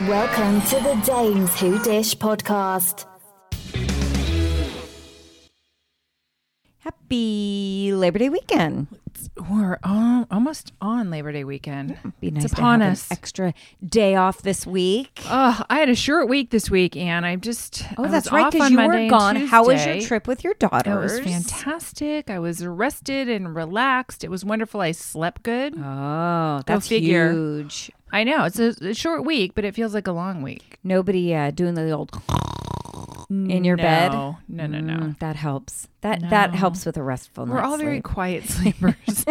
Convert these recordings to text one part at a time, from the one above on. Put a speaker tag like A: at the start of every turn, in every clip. A: Welcome to the Dames Who Dish podcast.
B: Happy Labor Day weekend.
C: We're al- almost on Labor Day weekend.
B: Be nice
C: it's
B: to
C: upon
B: have an
C: us.
B: extra day off this week.
C: Oh, I had a short week this week, and I just I
B: Oh,
C: was
B: that's right,
C: off
B: because
C: on
B: you
C: Monday
B: were
C: and
B: gone. How was your
C: Tuesday.
B: trip with your daughters?
C: It was fantastic. I was rested and relaxed. It was wonderful. I slept good.
B: Oh,
C: Go
B: that's
C: figure.
B: huge.
C: I know it's a, a short week, but it feels like a long week.
B: Nobody uh, doing the old in your bed.
C: No, no, no, no.
B: Mm, that helps. That that helps with a restful
C: We're
B: night's
C: all very
B: sleep.
C: quiet sleepers.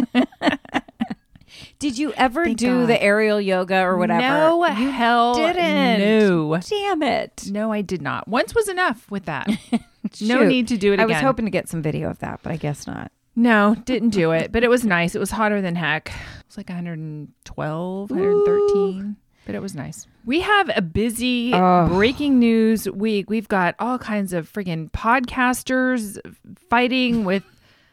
B: Did you ever
C: Thank
B: do the
C: God.
B: aerial yoga or whatever?
C: No,
B: you
C: hell,
B: didn't.
C: no.
B: Damn it.
C: No, I did not. Once was enough with that. no
B: Shoot.
C: need to do it
B: I
C: again.
B: was hoping to get some video of that, but I guess not.
C: No, didn't do it, but it was nice. It was hotter than heck. It was like 112, 113, but it was nice. We have a busy
B: Ugh.
C: breaking news week. We've got all kinds of friggin' podcasters fighting with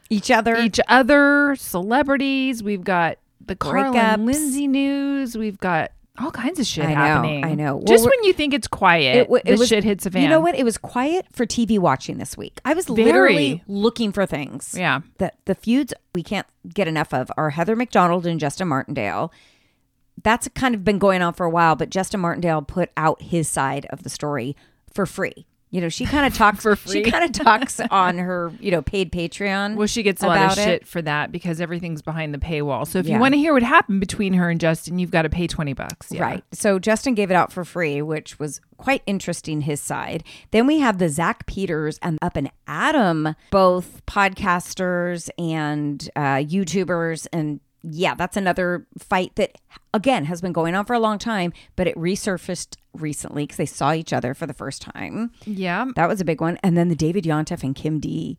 B: Each other.
C: each other, celebrities. We've got the Carl
B: Breakups.
C: and Lindsay news. We've got all kinds of shit
B: I know,
C: happening.
B: I know. Well,
C: Just
B: we're-
C: when you think it's quiet,
B: wa-
C: the shit hits a fan.
B: You know what? It was quiet for TV watching this week. I was literally
C: Very.
B: looking for things.
C: Yeah.
B: The the feuds we can't get enough of are Heather McDonald and Justin Martindale. That's kind of been going on for a while, but Justin Martindale put out his side of the story for free. You know, she kind of talks for free. She kind of talks on her, you know, paid Patreon.
C: Well, she gets a lot of
B: about it.
C: shit for that because everything's behind the paywall. So if
B: Yeah.
C: you want to hear what happened between her and Justin, you've got to pay 20 bucks. Yeah.
B: Right. So Justin gave it out for free, which was quite interesting his side. Then we have the Zach Peters and Up and Adam, both podcasters and uh, YouTubers. And yeah, that's another fight that, again, has been going on for a long time, but it resurfaced recently because they saw each other for the first time.
C: Yeah.
B: That was a big one. And then the David Yontef and Kim D.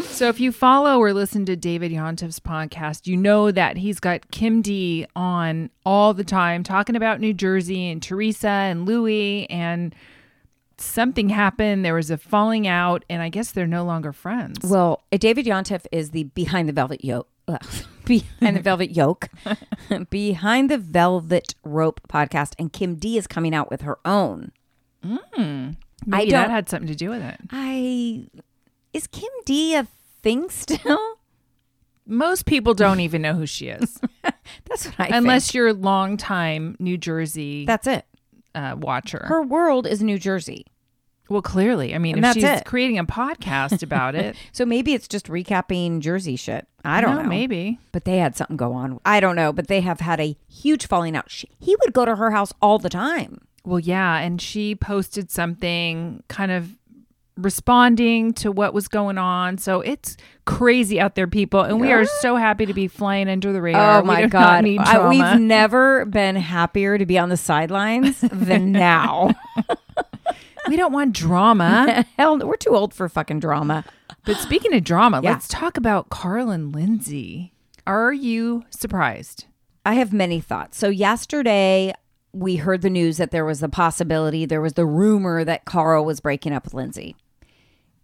C: So if you follow or listen to David Yontef's podcast, you know that he's got Kim D on all the time talking about New Jersey and Teresa and Louie and something happened. There was a falling out and I guess they're no longer friends.
B: Well, uh, David Yontef is the behind the velvet yoke. behind the velvet yoke, behind the velvet rope podcast, and Kim D is coming out with her own.
C: Maybe
B: I
C: that
B: don't-
C: had something to do with it.
B: I is Kim D a thing still?
C: Most people don't even know who she is
B: That's what I think.
C: unless you're a longtime New Jersey
B: that's it.
C: uh, watcher.
B: Her world is New Jersey,
C: Well, clearly, I mean,
B: And
C: if
B: that's
C: she's
B: it.
C: creating a podcast about it,
B: so maybe it's just recapping Jersey shit. I don't
C: no,
B: know.
C: Maybe
B: But they had something go on. I don't know, but they have had a huge falling out. She, he would go to her house all the time.
C: Well, yeah, and she posted something kind of responding to what was going on. So it's crazy out there, people, and we are so happy to be flying under the radar.
B: Oh my
C: we do
B: god!
C: Not need
B: I- we've
C: drama.
B: never been happier to be on the sidelines than now.
C: we don't want drama.
B: Hell, we're too old for fucking drama.
C: but speaking of drama,
B: Yeah.
C: let's talk about Carl and Lindsay. Are you surprised?
B: I have many thoughts. So yesterday we heard the news that there was the possibility, there was the rumor that Carl was breaking up with Lindsay.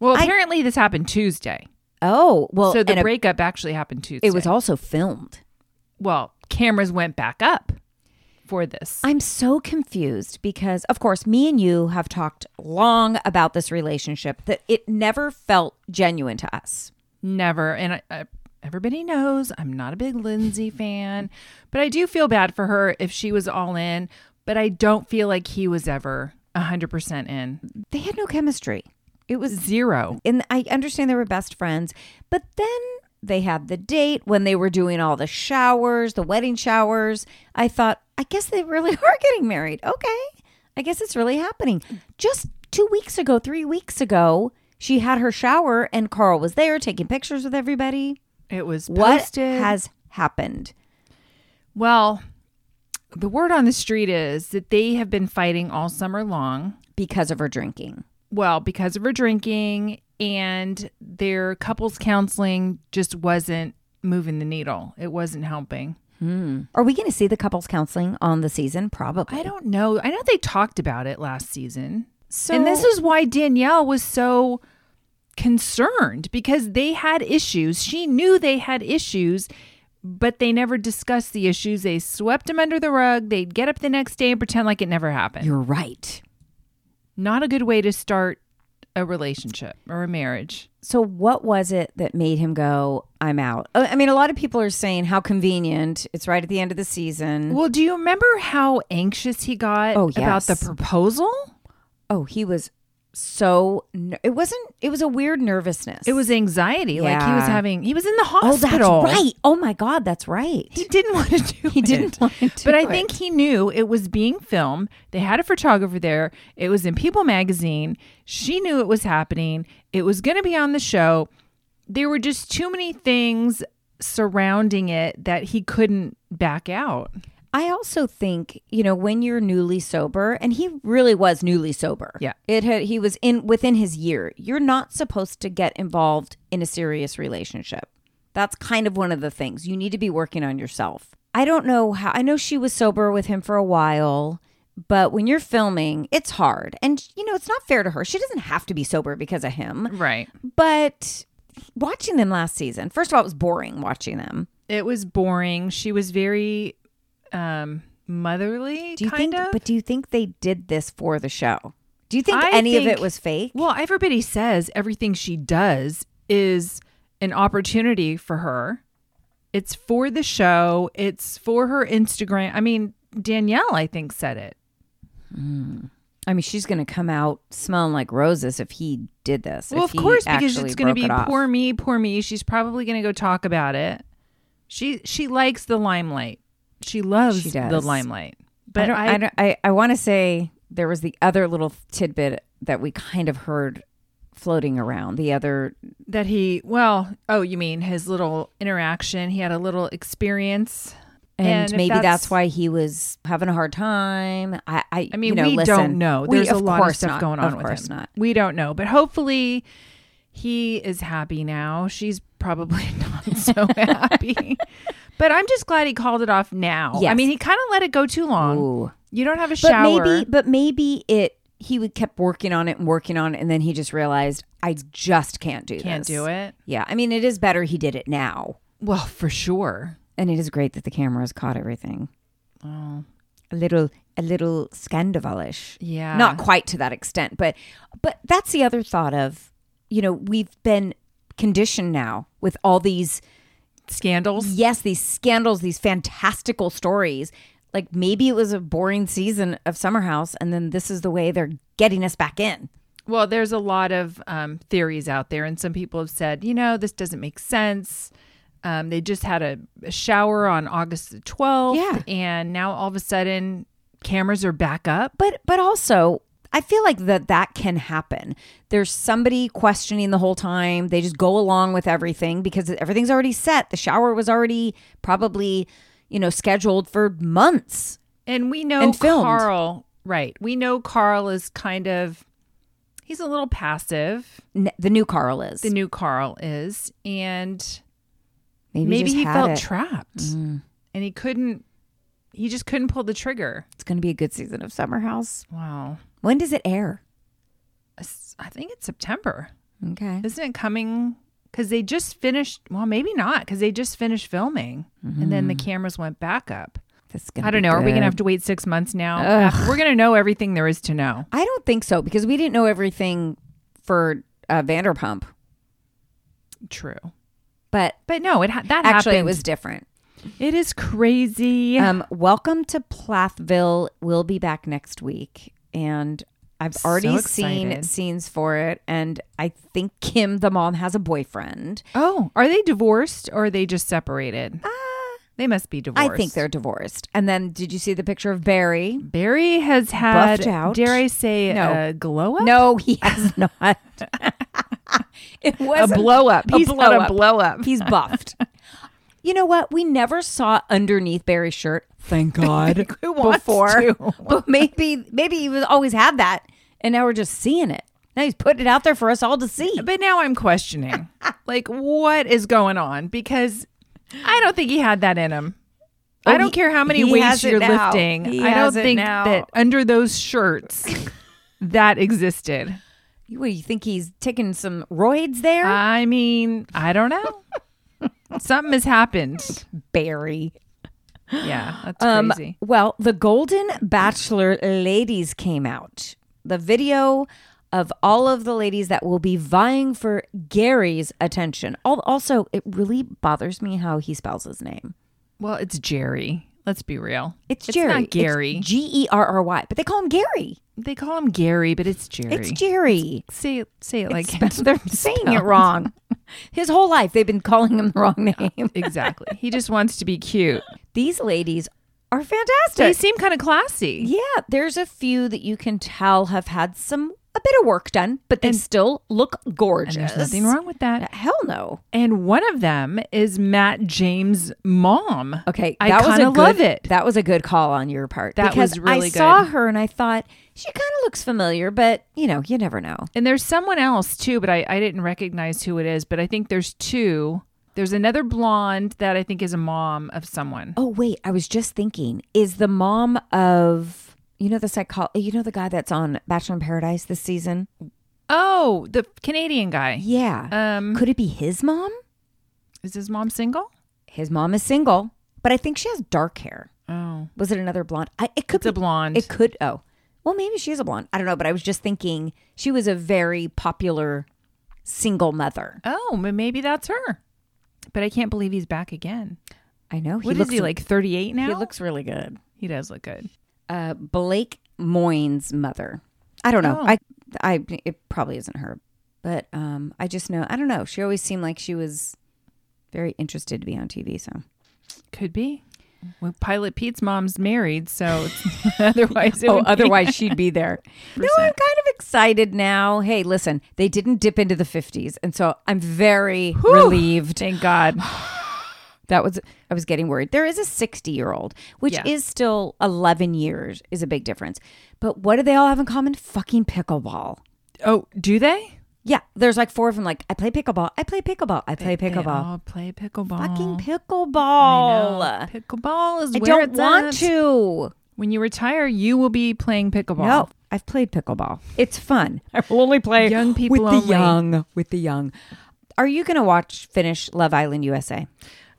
C: Well, apparently this happened Tuesday.
B: Oh well,
C: So the
B: and a-
C: breakup actually happened Tuesday.
B: it was also filmed.
C: well, cameras went back up for this.
B: I'm so confused because, of course, me and you have talked long about this relationship that it never felt genuine to us.
C: Never. And I, I, everybody knows I'm not a big Lindsay fan, but I do feel bad for her if she was all in, but I don't feel like he was ever 100% in.
B: They had no chemistry. It was
C: Zero.
B: and I understand they were best friends, but then they had the date when they were doing all the showers, the wedding showers. I thought, I guess they really are getting married. Okay. I guess it's really happening. Just two weeks ago, three weeks ago, she had her shower and Carl was there taking pictures with everybody.
C: It was
B: What
C: posted.
B: has happened?
C: well, the word on the street is that they have been fighting all summer long.
B: Because of her drinking.
C: Well, because of her drinking and their couples counseling just wasn't moving the needle. It wasn't helping.
B: Are we going to see the couples counseling on the season? Probably.
C: I don't know. I know they talked about it last season.
B: So-
C: and this is why Danielle was so concerned because they had issues. She knew they had issues, but they never discussed the issues. They swept them under the rug. They'd get up the next day and pretend like it never happened.
B: You're right.
C: Not a good way to start a relationship or a marriage.
B: So, what was it that made him go, I'm out? Uh, I mean, a lot of people are saying how convenient. It's right at the end of the season.
C: Well, do you remember how anxious he got
B: Mm. Oh,
C: about the
B: yes.
C: proposal?
B: Oh, he was so. ner- It wasn't. It was a weird nervousness.
C: It was anxiety. Like he was
B: Yeah.
C: having, he was in the hospital.
B: Oh, that's right. Oh my God, that's right.
C: He didn't want to do
B: He
C: it.
B: didn't want to
C: But I
B: do
C: think he knew it was being filmed. They had a photographer there. It was in People magazine. She knew it was happening. It was going to be on the show. There were just too many things surrounding it that he couldn't back out.
B: I also think you know when you're newly sober, and he really was newly sober.
C: Yeah.
B: it had he was in within his year. You're not supposed to get involved in a serious relationship. That's kind of one of the things you need to be working on yourself. I don't know how. I know she was sober with him for a while, but when you're filming, it's hard, and you know it's not fair to her. She doesn't have to be sober because of him.
C: Right.
B: But watching them last season, first of all, it was boring watching them.
C: It was boring. She was very um motherly
B: Do you
C: kind
B: think?
C: of.
B: But do you think they did this for the show? Do you think
C: I
B: any of
C: think-
B: it was fake?
C: Well, everybody says everything she does is an opportunity for her. It's for the show, it's for her Instagram. I mean, Danielle, I think, said it.
B: I mean, she's going to come out smelling like roses if he did this.
C: well,
B: if
C: of
B: he
C: course, because
B: actually
C: it's
B: broke
C: going to be
B: it off.
C: poor me, poor me. She's probably going to go talk about it. She she likes the limelight. She loves
B: She
C: the
B: does.
C: limelight.
B: I
C: But
B: don't, I,
C: I,
B: don't- I, I want to say there was the other little tidbit that we kind of heard floating around. The other,
C: that he well, oh, you mean his little interaction? He had a little experience,
B: and,
C: And if
B: maybe that's,
C: that's-
B: why he was having a hard time. I, I,
C: I mean,
B: you know,
C: we
B: listen,
C: don't know.
B: We-
C: There's a
B: of
C: lot of
B: course
C: stuff
B: not.
C: going on
B: Of
C: with
B: course
C: him.
B: not.
C: We don't know, but hopefully, he is happy now. She's probably not so happy. But I'm just glad he called it off now. I
B: Yes.
C: mean, he kind of let it go too long.
B: Ooh.
C: You don't have a
B: But
C: shower.
B: maybe, but maybe it. He would kept working on it and working on it, and then he just realized I just can't do
C: can't
B: this.
C: do it.
B: Yeah, I mean, it is better he did it now,
C: Well, for sure.
B: and it is great that the cameras caught everything. Oh, a little, a little scandalish.
C: Yeah.
B: not quite to that extent, but but that's the other thought of, you know, we've been conditioned now with all these
C: Scandals.
B: yes, these scandals, these fantastical stories. Like maybe it was a boring season of Summer House, and then this is the way they're getting us back in.
C: Well, there's a lot of um, theories out there, and some people have said, you know, this doesn't make sense. Um, they just had a, a shower on August the 12th,
B: Yeah.
C: and now all of a sudden cameras are back up.
B: But but also, I feel like that that can happen. There's somebody questioning the whole time. They just go along with everything because everything's already set. The shower was already probably, you know, scheduled for months.
C: And we know
B: And filmed.
C: Carl, right? We know Carl is kind of, he's a little passive,
B: N- The new Carl is.
C: the new Carl is, and
B: Maybe,
C: maybe
B: just
C: he
B: had
C: felt
B: it. Mm.
C: trapped and he couldn't, he just couldn't pull the trigger.
B: it's going to be a good season of Summer House.
C: Wow.
B: When does it air?
C: It's- I think it's September.
B: Okay.
C: Isn't it coming? Because they just finished. Well, maybe not. Because they just finished filming, and then the cameras went back up.
B: This is gonna
C: I don't
B: Mm-hmm. be
C: know. Are we gonna
B: good.
C: have to wait six months now? Uh, We're gonna know everything there is to know.
B: I don't think so because we didn't know everything for uh, Vanderpump,
C: True,
B: but
C: but no, it ha- that
B: actually
C: happened.
B: it was different.
C: It is crazy.
B: Um, welcome to Plathville. We'll be back next week, and I've already seen
C: excited.
B: scenes for it. And I think Kim, the mom, has a boyfriend.
C: oh, are they divorced or are they just separated? they must be divorced.
B: Uh, I think they're divorced. And then, did you see the picture of Barry?
C: Barry has had.
B: Buffed out.
C: Dare I say
B: No.
C: a glow up?
B: No, he has not. it
C: a
B: was
C: blow up. He's
B: a blow
C: had a
B: up.
C: blow up.
B: He's buffed. you know what? We never saw underneath Barry's shirt. Thank God.
C: Who wants
B: before,
C: to?
B: but maybe maybe he was always had that, and now we're just seeing it. Now he's putting it out there for us all to see.
C: But now I'm questioning, like, what is going on? Because I don't think he had that in him. I
B: Oh,
C: don't
B: he-
C: care how many
B: he
C: weights
B: has it
C: you're
B: now.
C: lifting.
B: He
C: I don't
B: has it
C: think
B: now.
C: that under those shirts that existed.
B: Uh, What, you think he's taking some roids there?
C: I mean, I don't know. Something has happened.
B: Barry.
C: Yeah, that's
B: Um,
C: crazy.
B: well, The Golden Bachelor Ladies came out. The video of all of the ladies that will be vying for Gary's attention. Al- Also, it really bothers me how he spells his name.
C: Well, it's Jerry. Let's be real.
B: It's Jerry.
C: not Gary.
B: G E R R Y. But they call him Gary.
C: they call him Gary, but it's Jerry.
B: It's Jerry.
C: say it, say it like
B: Spe- They're saying it wrong. His whole life, they've been calling him the wrong name.
C: exactly. He just wants to be cute.
B: These ladies are
C: They
B: fantastic.
C: seem kind of classy.
B: Yeah, there's a few that you can tell have had some a bit of work done, but they still look gorgeous.
C: And there's nothing wrong with that.
B: Hell no.
C: And one of them is Matt James' mom.
B: Okay,
C: I
B: that was a
C: kinda
B: good,
C: love it.
B: That was a good call on your part.
C: That
B: because
C: was really
B: I saw
C: good.
B: her and I thought she kind of looks familiar, but you know, you never know.
C: And there's someone else too, but I, I didn't recognize who it is. But I think there's two. There's another blonde that I think is a mom of someone.
B: Oh wait, I was just thinking: is the mom of you know the psycho you know the guy that's on Bachelor in Paradise this season?
C: Oh, the Canadian guy.
B: Yeah,
C: Um,
B: could it be his mom?
C: is his mom single?
B: His mom is single, but I think she has dark hair.
C: Oh,
B: Was it another blonde? I, it could
C: it's a
B: be-
C: blonde.
B: It could. Oh, well, maybe she is a blonde. I don't know, but I was just thinking she was a very popular single mother.
C: Oh, ma- maybe that's her. But I can't believe he's back again.
B: I know.
C: What is he like? Thirty eight now.
B: He looks really good.
C: He does look good.
B: Uh, Blake Moyne's mother. I don't know.
C: Oh.
B: I, I, it probably isn't her, but um, I just know. I don't know. She always seemed like she was very interested to be on TV. So
C: Could be. Well, Pilot Pete's mom's married, so it's, Oh, otherwise, it would be-
B: she'd be there. no, I'm kind of excited now. Hey, listen, they didn't dip into the 50s, and so I'm very relieved.
C: Thank God.
B: That was I was getting worried. There is a 60 year old, which
C: Yeah.
B: is still 11 years, is a big difference. But what do they all have in common? Fucking pickleball.
C: Oh, do they?
B: Yeah, there's like four of them. Like I play pickleball. I play pickleball. I play
C: They
B: pickleball.
C: all play pickleball.
B: Fucking
C: No,
B: pickleball. I,
C: pickleball is where
B: don't
C: it's
B: want
C: at.
B: to.
C: When you retire, you will be playing pickleball.
B: No, I've played pickleball. It's fun. I will only play
C: Young people
B: with
C: only.
B: the young. With the young. Are you gonna watch finish Love Island USA?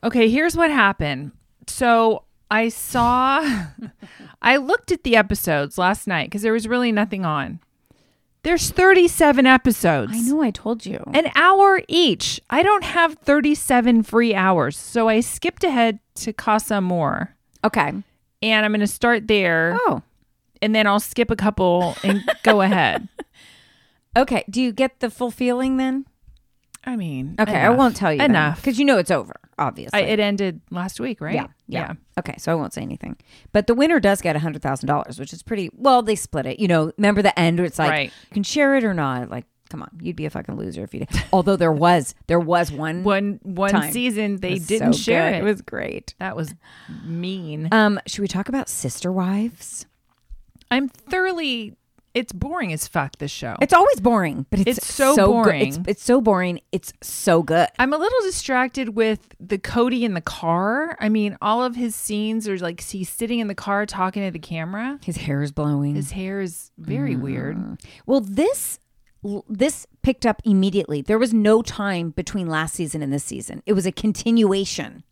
C: Okay, here's what happened. So I saw, I looked at the episodes last night because there was really nothing on. There's 37 episodes,
B: I know I told you.
C: an hour each. I don't have 37 free hours. So I skipped ahead to Casa More
B: Okay.
C: and I'm going to start there
B: Oh.
C: and then I'll skip a couple and go ahead.
B: Okay. Do you get the full feeling then?
C: I mean,
B: Okay, I
C: enough.
B: won't tell you
C: Enough.
B: because you know it's over. Obviously,
C: I, it ended last week, right?
B: yeah, yeah, Okay, so I won't say anything. But the winner does get a hundred thousand dollars, which is pretty. Well, they split it. You know, remember the end where it's like
C: Right.
B: you can share it or not. Like, come on, you'd be a fucking loser if you did. Although there was there was one.
C: One one
B: Time.
C: season
B: that
C: they
B: was
C: didn't
B: so
C: share
B: good.
C: it.
B: It was great.
C: that was mean.
B: Um, should we talk about sister wives?
C: I'm thoroughly. It's boring as fuck. This show.
B: It's always boring, but it's,
C: It's so
B: good.
C: boring.
B: It's, it's so boring. It's so good.
C: I'm a little distracted with the Cody in the car. I mean, all of his scenes are like he's sitting in the car talking to the camera.
B: His hair is blowing.
C: His hair is very weird.
B: Well, this this picked up immediately. There was no time between last season and this season. It was a continuation.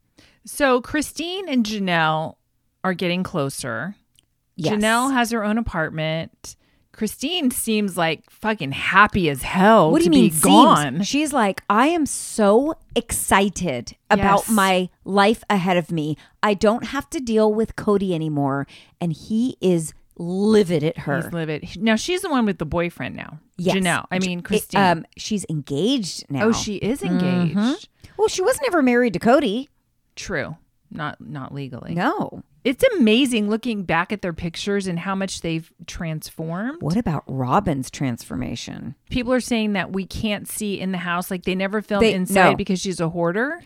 C: So Christine and Janelle are getting closer.
B: Yes.
C: Janelle has her own apartment. Christine seems like fucking happy as hell
B: what do
C: Oh, to
B: you mean
C: be
B: seems?
C: gone.
B: She's like, I am so excited about
C: Yes.
B: my life ahead of me. I don't have to deal with Cody anymore, and he is livid at her.
C: He's livid. Now she's the one with the boyfriend now.
B: Yes.
C: Janelle. I mean
B: It-
C: Christine.
B: um, she's engaged now. Mm-hmm.
C: oh, she is engaged.
B: Well, she was never married to Cody.
C: True. Not not legally.
B: No.
C: It's amazing looking back at their pictures and how much they've transformed.
B: What about Robin's transformation?
C: People are saying that we can't see in the house like they never film
B: They-
C: inside
B: no.
C: because she's a hoarder.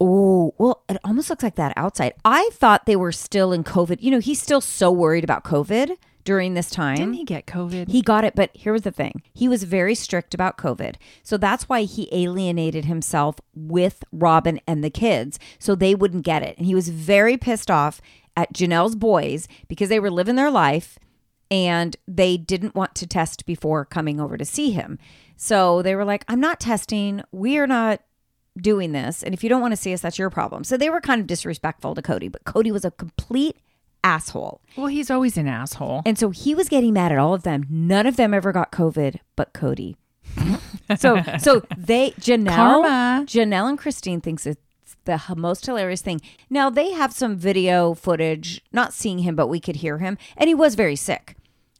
B: Oh, well, it almost looks like that outside. I thought they were still in COVID. You know, he's still so worried about COVID during this time.
C: Didn't Mm. he get COVID?
B: He got it, but here was the thing. He was very strict about COVID. So that's why he alienated himself with Robin and the kids so they wouldn't get it. And he was very pissed off at Janelle's boys because they were living their life and they didn't want to test before coming over to see him. So they were like, I'm not testing. We're not doing this. And if you don't want to see us, that's your problem. So they were kind of disrespectful to Cody, but Cody was a complete asshole.
C: Well, he's always an asshole.
B: And so he was getting mad at all of them. None of them ever got COVID, but Cody. so so they Janelle
C: Karma.
B: Janelle and Christine thinks it's the h- most hilarious thing. Now they have some video footage, not seeing him, but we could hear him, and he was very sick,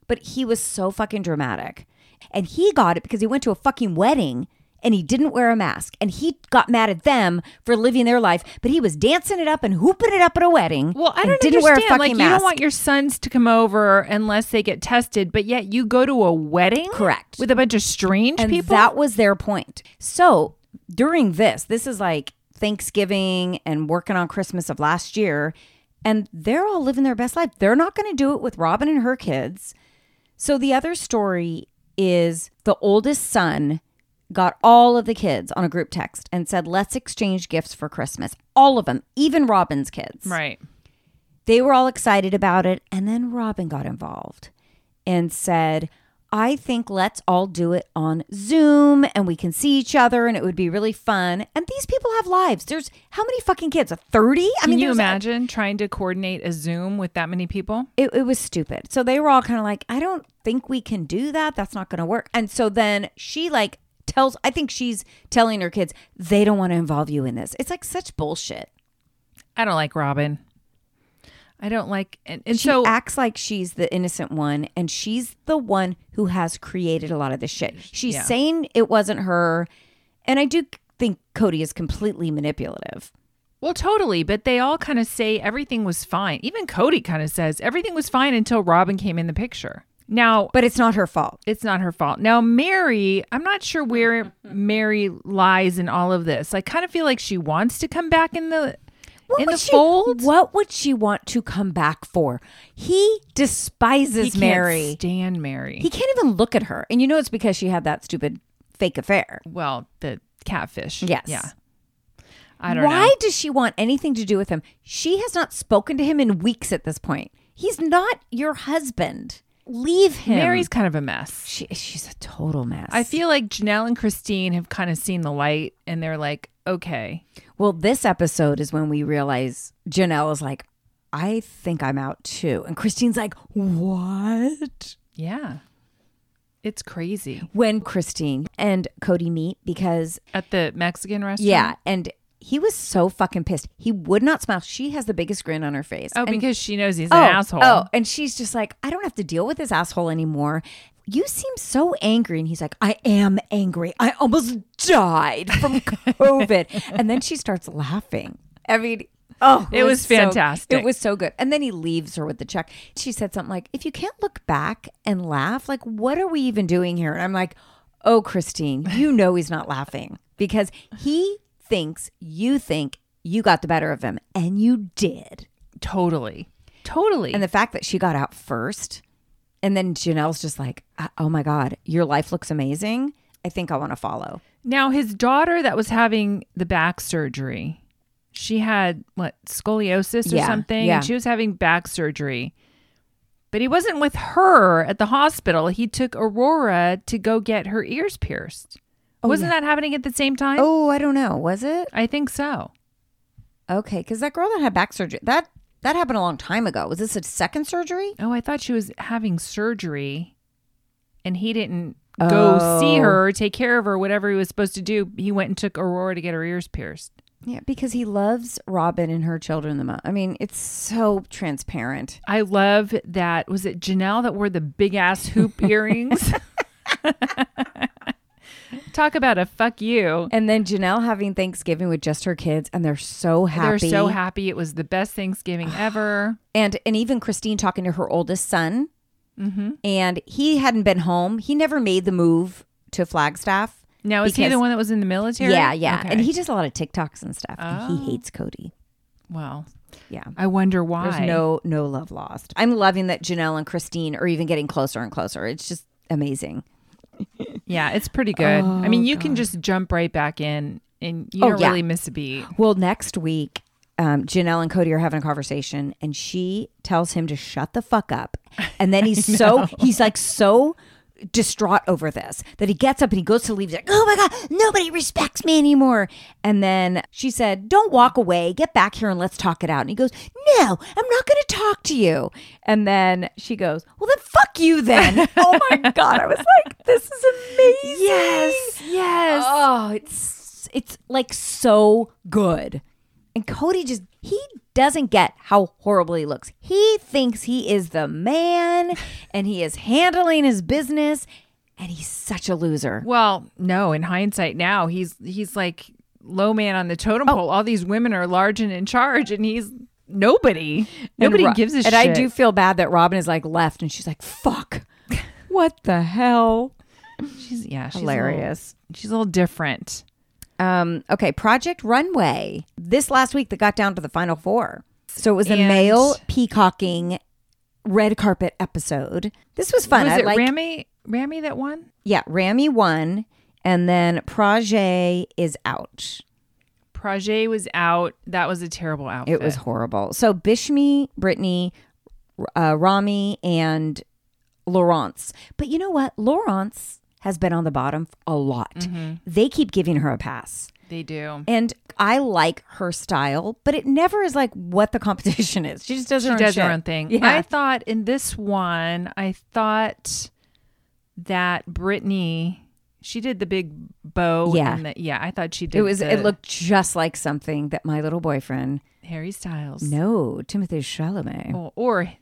B: but he was so fucking dramatic, and he got it because he went to a fucking wedding. And he didn't wear a mask. And he got mad at them for living their life, but he was dancing it up and hooping it up at a wedding.
C: Well, I
B: and
C: don't
B: didn't
C: understand.
B: Wear a fucking
C: like, you
B: mask.
C: don't want your sons to come over unless they get tested, but yet you go to a wedding,
B: Correct.
C: with a bunch of strange
B: and
C: people.
B: that was their point. So during this, this is like Thanksgiving and working on Christmas of last year, and they're all living their best life. They're not going to do it with Robin and her kids. So the other story is the oldest son got all of the kids on a group text and said, "Let's exchange gifts for Christmas." All of them, even Robin's kids
C: right.
B: they were all excited about it. And then Robin got involved and said, I think let's all do it on Zoom and we can see each other and it would be really fun. And these people have lives. There's how many fucking kids? A 30? I
C: Can you
B: there's-
C: imagine trying to coordinate a Zoom with that many people?
B: it, it was stupid. So they were all kind of like, I don't think we can do that. That's not going to work. And so then she like tells, I think she's telling her kids, they don't want to involve you in this. It's like such bullshit.
C: I don't like Robin. I don't like, and, and
B: she
C: so
B: acts like she's the innocent one and she's the one who has created a lot of this shit. She's
C: Yeah.
B: saying it wasn't her. And I do think Cody is completely manipulative.
C: Well, totally, but they all kind of say everything was fine. Even Cody kind of says everything was fine until Robin came in the picture. Now,
B: But it's not her fault.
C: it's not her fault. Now, Mary, I'm not sure where Mary lies in all of this. I kind of feel like she wants to come back in the in the
B: would she,
C: fold.
B: What would she want to come back for? He despises
C: He can't
B: Mary.
C: stand Mary.
B: he can't even look at her. And you know it's because she had that stupid fake affair.
C: well, the catfish.
B: Yes.
C: Yeah. I don't
B: Why
C: know.
B: does she want anything to do with him? She has not spoken to him in weeks at this point. He's not your husband. Leave him.
C: Mary's kind of a mess.
B: she, she's a total mess.
C: I feel like Janelle and Christine have kind of seen the light, and they're like, okay,
B: well, this episode is when we realize Janelle is like, I think I'm out too, and Christine's like, what?
C: yeah, it's crazy.
B: When Christine and Cody meet because
C: At the Mexican restaurant?
B: yeah, and he was so fucking pissed. He would not smile. She has the biggest grin on her face.
C: Oh,
B: And-
C: because she knows he's an asshole.
B: Oh, and she's just like, I don't have to deal with this asshole anymore. You seem so angry. And he's like, I am angry. I almost died from COVID. and then she starts laughing. I mean, oh,
C: It was
B: so-
C: fantastic.
B: it was so good. And then he leaves her with the check. She said something like, If you can't look back and laugh, like, what are we even doing here? And I'm like, Oh, Christine, you know he's not laughing because he thinks you think you got the better of him. And you did.
C: Totally. Totally.
B: And the fact that she got out first, and then Janelle's just like, "Oh my god, your life looks amazing. I think I want to follow."
C: now, his daughter that was having the back surgery, she had what, scoliosis or
B: Yeah,
C: something?
B: yeah.
C: And she was having back surgery. But he wasn't with her at the hospital. He took Aurora to go get her ears pierced. wasn't that happening at the same time?
B: Oh, I don't know. Was it
C: I think so.
B: okay? Because that girl that had back surgery that that happened a long time ago. Was this a second surgery?
C: Oh, I thought she was having surgery and he didn't go see
B: Oh.
C: her, take care of her, whatever he was supposed to do. He went and took Aurora to get her ears pierced.
B: Yeah, because he loves Robin and her children the most. I mean, it's so transparent.
C: I love that. Was it Janelle that wore the big ass hoop earrings? Talk about a fuck you.
B: And then Janelle having Thanksgiving with just her kids, and they're so happy.
C: They're so happy. It was the best Thanksgiving ever.
B: and and even Christine talking to her oldest son,
C: Mm-hmm.
B: and he hadn't been home. He never made the move to Flagstaff.
C: Now, is he
B: Because-
C: the one that was in the military?
B: Yeah, yeah,
C: Okay. Oh.
B: and he does a lot of TikToks and stuff. And he hates Cody.
C: well,
B: Yeah,
C: I wonder why.
B: there's no no love lost. I'm loving that Janelle and Christine are even getting closer and closer. It's just amazing.
C: Yeah, it's pretty good. I mean, you can just jump right back in and you
B: Oh,
C: don't
B: yeah.
C: really miss a beat.
B: Well, next week, um, Janelle and Cody are having a conversation, and she tells him to shut the fuck up. And then he's so he's like so distraught over this that he gets up and he goes to leave he's like oh my god nobody respects me anymore and then she said don't walk away get back here and let's talk it out and he goes no i'm not going to talk to you and then she goes well then fuck you then oh my god i was like this is amazing
C: Yes, yes.
B: oh it's it's like so good and cody just he doesn't get how horrible he looks he thinks he is the man and he is handling his business and he's such a loser
C: Well, no, in hindsight now, he's he's like low man on the totem
B: Oh.
C: pole. All these women are large and in charge and he's nobody. Nobody
B: And Ro-
C: gives a
B: and
C: shit.
B: I do feel bad that Robin is like left and she's like, fuck. What the hell?
C: she's yeah, she's a little-
B: Hilarious.
C: she's a little different.
B: Um, okay, Project Runway. This last week that got down to the final four. So it was a
C: And-
B: male peacocking red carpet episode. This was fun.
C: Was
B: I
C: it
B: like
C: Rami Rami that won?
B: Yeah, Rami won and then Praje is out.
C: Praje was out. That was a terrible outfit.
B: It was horrible. So Bishmi, Brittany, uh, Rami, and Laurence. But you know what? Laurence has been on the bottom a lot.
C: Mm-hmm.
B: They keep giving her a pass.
C: They do.
B: And I like her style, but it never is like what the competition is. She just does her
C: She
B: own
C: does her
B: shit.
C: own thing.
B: Yeah.
C: I thought in this one, I thought that Brittany, she did the big bow.
B: Yeah.
C: and the- yeah. I thought she did.
B: it was
C: the
B: it looked just like something that my little boyfriend,
C: Harry Styles.
B: no, Timothy Chalamet.
C: Or or,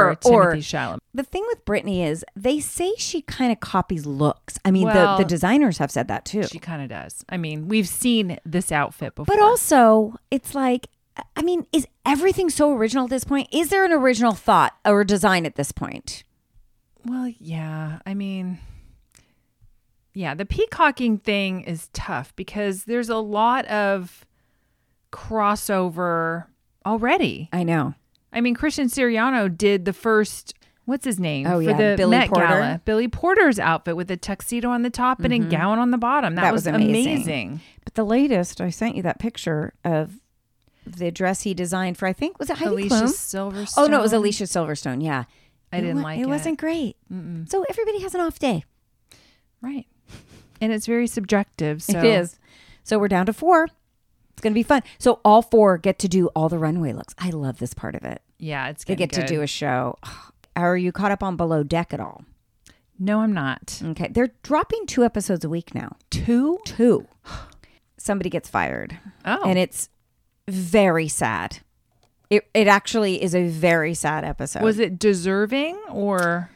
C: or,
B: Or-
C: Timothy
B: or-
C: Chalamet.
B: The thing with Britney is they say she kind of copies looks. I mean,
C: Well-
B: the, the designers have said that too.
C: She kind of does. I mean, we've seen this outfit before.
B: But also, it's like, I mean, is everything so original at this point? Is there an original thought or design at this point?
C: Well, yeah. I mean, yeah, the peacocking thing is tough because there's a lot of crossover already.
B: I know.
C: I mean, Christian Siriano did the first. What's his name?
B: Oh,
C: for
B: yeah,
C: the
B: Billy
C: Met
B: Porter. Mm-hmm.
C: Gala. Billy Porter's outfit with a tuxedo on the top and a gown on the bottom. That,
B: That
C: was,
B: was
C: amazing.
B: amazing. But the latest, I sent you that picture of the dress he designed for, I think, was it Heidi
C: Alicia
B: Klum?
C: Silverstone.
B: Oh, no, it was Alicia Silverstone. Yeah.
C: I
B: It
C: didn't
B: wa-
C: like
B: It
C: it.
B: wasn't great. So everybody has an off day.
C: right, and it's very subjective. So
B: So we're down to four. It's going to be fun. So all four get to do all the runway looks. I love this part of it.
C: Yeah, it's
B: They
C: getting
B: get to do a show. Are you caught up on Below Deck at all?
C: No, I'm not.
B: Okay. They're dropping two episodes a week now.
C: Two.
B: Two. Somebody gets fired.
C: Oh.
B: And it's very sad. It, it actually is a very sad episode.
C: Was it deserving or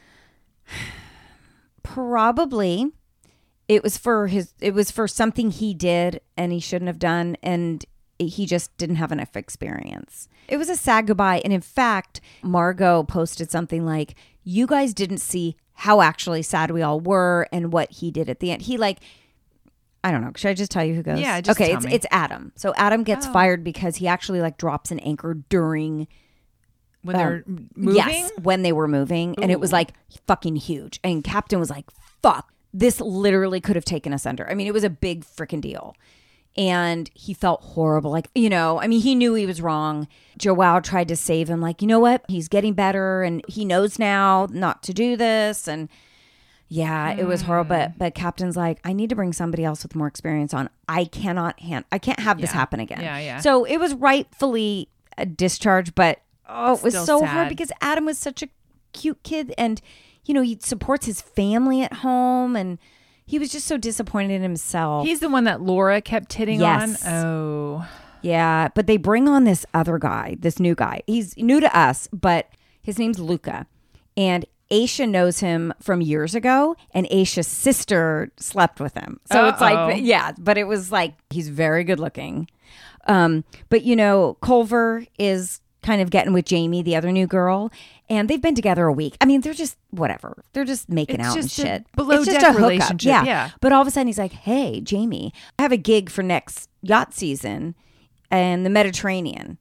B: probably it was for his it was for something he did and he shouldn't have done and he just didn't have enough experience. It was a sad goodbye and in fact Margot posted something like you guys didn't see how actually sad we all were and what he did at the end. He like I don't know. Should I just tell you who goes?
C: Yeah, just
B: okay.
C: tell
B: it's
C: me. Oh.
B: it's Adam. So Adam gets fired because he actually like drops an anchor during
C: when they're moving?
B: Yes, when they were moving, and it was like fucking huge. And Captain was like, "Fuck, this literally could have taken us under." I mean, it was a big freaking deal. And he felt horrible. Like, you know, I mean, he knew he was wrong. Joao tried to save him, like, you know what? He's getting better and he knows now not to do this. And yeah, it was horrible.
C: Mm.
B: But but Captain's like, I need to bring somebody else with more experience on. I cannot hand I can't have this happen again.
C: Yeah, yeah.
B: So it was rightfully a discharge, but oh, it was
C: Still
B: so
C: sad.
B: hard because Adam was such a cute kid and you know, he supports his family at home and he was just so disappointed in himself.
C: He's the one that Laura kept hitting
B: Yes.
C: on. Oh.
B: Yeah, but they bring on this other guy, this new guy. He's new to us, but his name's Luca. And Aisha knows him from years ago, and Aisha's sister slept with him. So it's
C: Uh-oh.
B: like, yeah, but it was like, he's very good looking. Um, but you know, Culver is kind of getting with Jamie, the other new girl, and they've been together a week. I mean, they're just whatever. They're just making
C: It's
B: out
C: just a
B: and shit.
C: below
B: it's just
C: deck
B: a hookup.
C: relationship, yeah.
B: But all of a sudden he's like, "Hey, Jamie, I have a gig for next yacht season and the Mediterranean."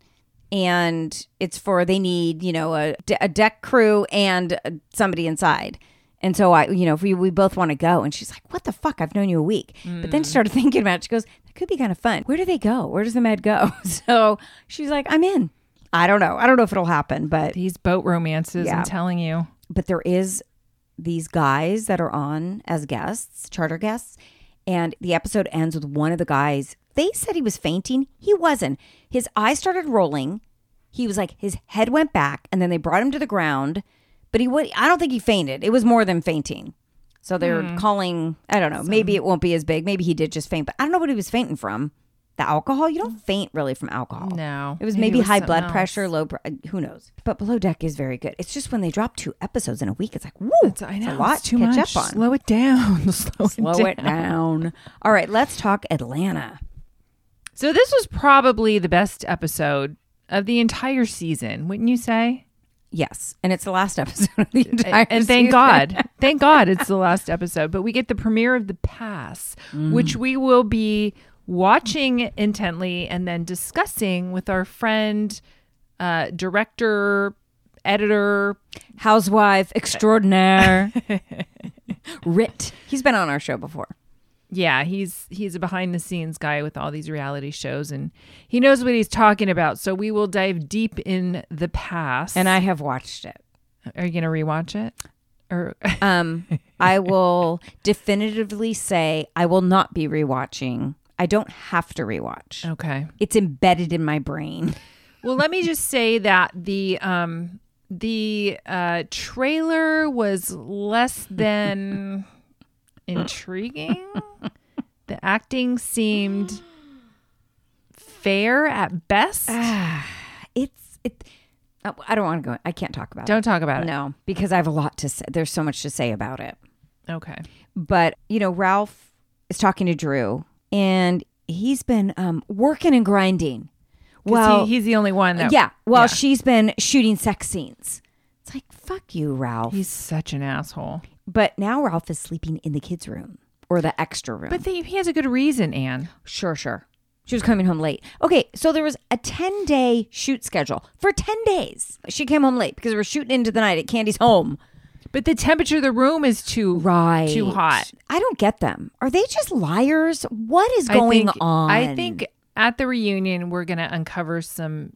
B: And it's for they need, you know, a, de- a deck crew and uh, somebody inside. And so I, you know, if we, we both want to go. And she's like, what the fuck? I've known you a week. But then she started thinking about it. She goes, that could be kind of fun. Where do they go? Where does the med go? So she's like, I'm in. I don't know. I don't know if it'll happen, but
C: These boat romances,
B: Yeah.
C: I'm telling you.
B: but there is these guys that are on as guests, charter guests, and the episode ends with one of the guys. They said he was fainting. He wasn't. His eyes started rolling. He was like his head went back, and then they brought him to the ground. But he would. I don't think he fainted. It was more than fainting. So they're calling. I don't know. Maybe it won't be as big. Maybe he did just faint, but I don't know what he was fainting from. The alcohol. You don't faint really from alcohol.
C: No.
B: It was maybe,
C: it
B: high
C: something
B: blood
C: else.
B: pressure, low. Pr- who knows? But Below Deck is very good. It's just when they drop two episodes in a week, it's like, woo,
C: It's, I know.
B: a lot
C: it's too
B: to catch
C: much.
B: up on.
C: Slow it down. Slow,
B: Slow it down. All right, let's talk Atlanta.
C: So this was probably the best episode of the entire season, wouldn't you say?
B: Yes, and it's the last episode of the entire.
C: and thank
B: season.
C: God. Thank God it's the last episode. But we get the premiere of The Pass,
B: Mm.
C: which we will be watching intently and then discussing with our friend, uh, director, editor.
B: housewife extraordinaire, Rit. He's been on our show before.
C: Yeah, he's he's a behind the scenes guy with all these reality shows and he knows what he's talking about. So we will dive deep in the past.
B: and I have watched it.
C: are you gonna rewatch it? Or
B: Um, I will definitively say I will not be rewatching. I don't have to rewatch.
C: okay.
B: It's embedded in my brain.
C: Well, let me just say that the um the uh trailer was less than intriguing. The acting seemed fair at best.
B: It's it. I I don't want to go. I can't talk about
C: Don't talk about
B: it.
C: it.
B: No, because I have a lot to say. There's so much to say about it.
C: Okay.
B: But you know, Ralph is talking to Drew, and he's been um, working and grinding.
C: 'Cause
B: Well,
C: he, he's the only one that
B: yeah. Well,
C: yeah.
B: she's been shooting sex scenes. It's like fuck you, Ralph.
C: he's such an asshole.
B: But now Ralph is sleeping in the kids' room or the extra room.
C: But they, he has a good reason, Anne.
B: sure, sure. She was coming home late. Okay, so there was a 10 day shoot schedule for 10 days. She came home late because we were shooting into the night at Candy's home.
C: But the temperature of the room is too
B: Right.
C: too hot.
B: I don't get them. Are they just liars? What is
C: I
B: going
C: think-
B: on?
C: I think at the reunion we're going to uncover some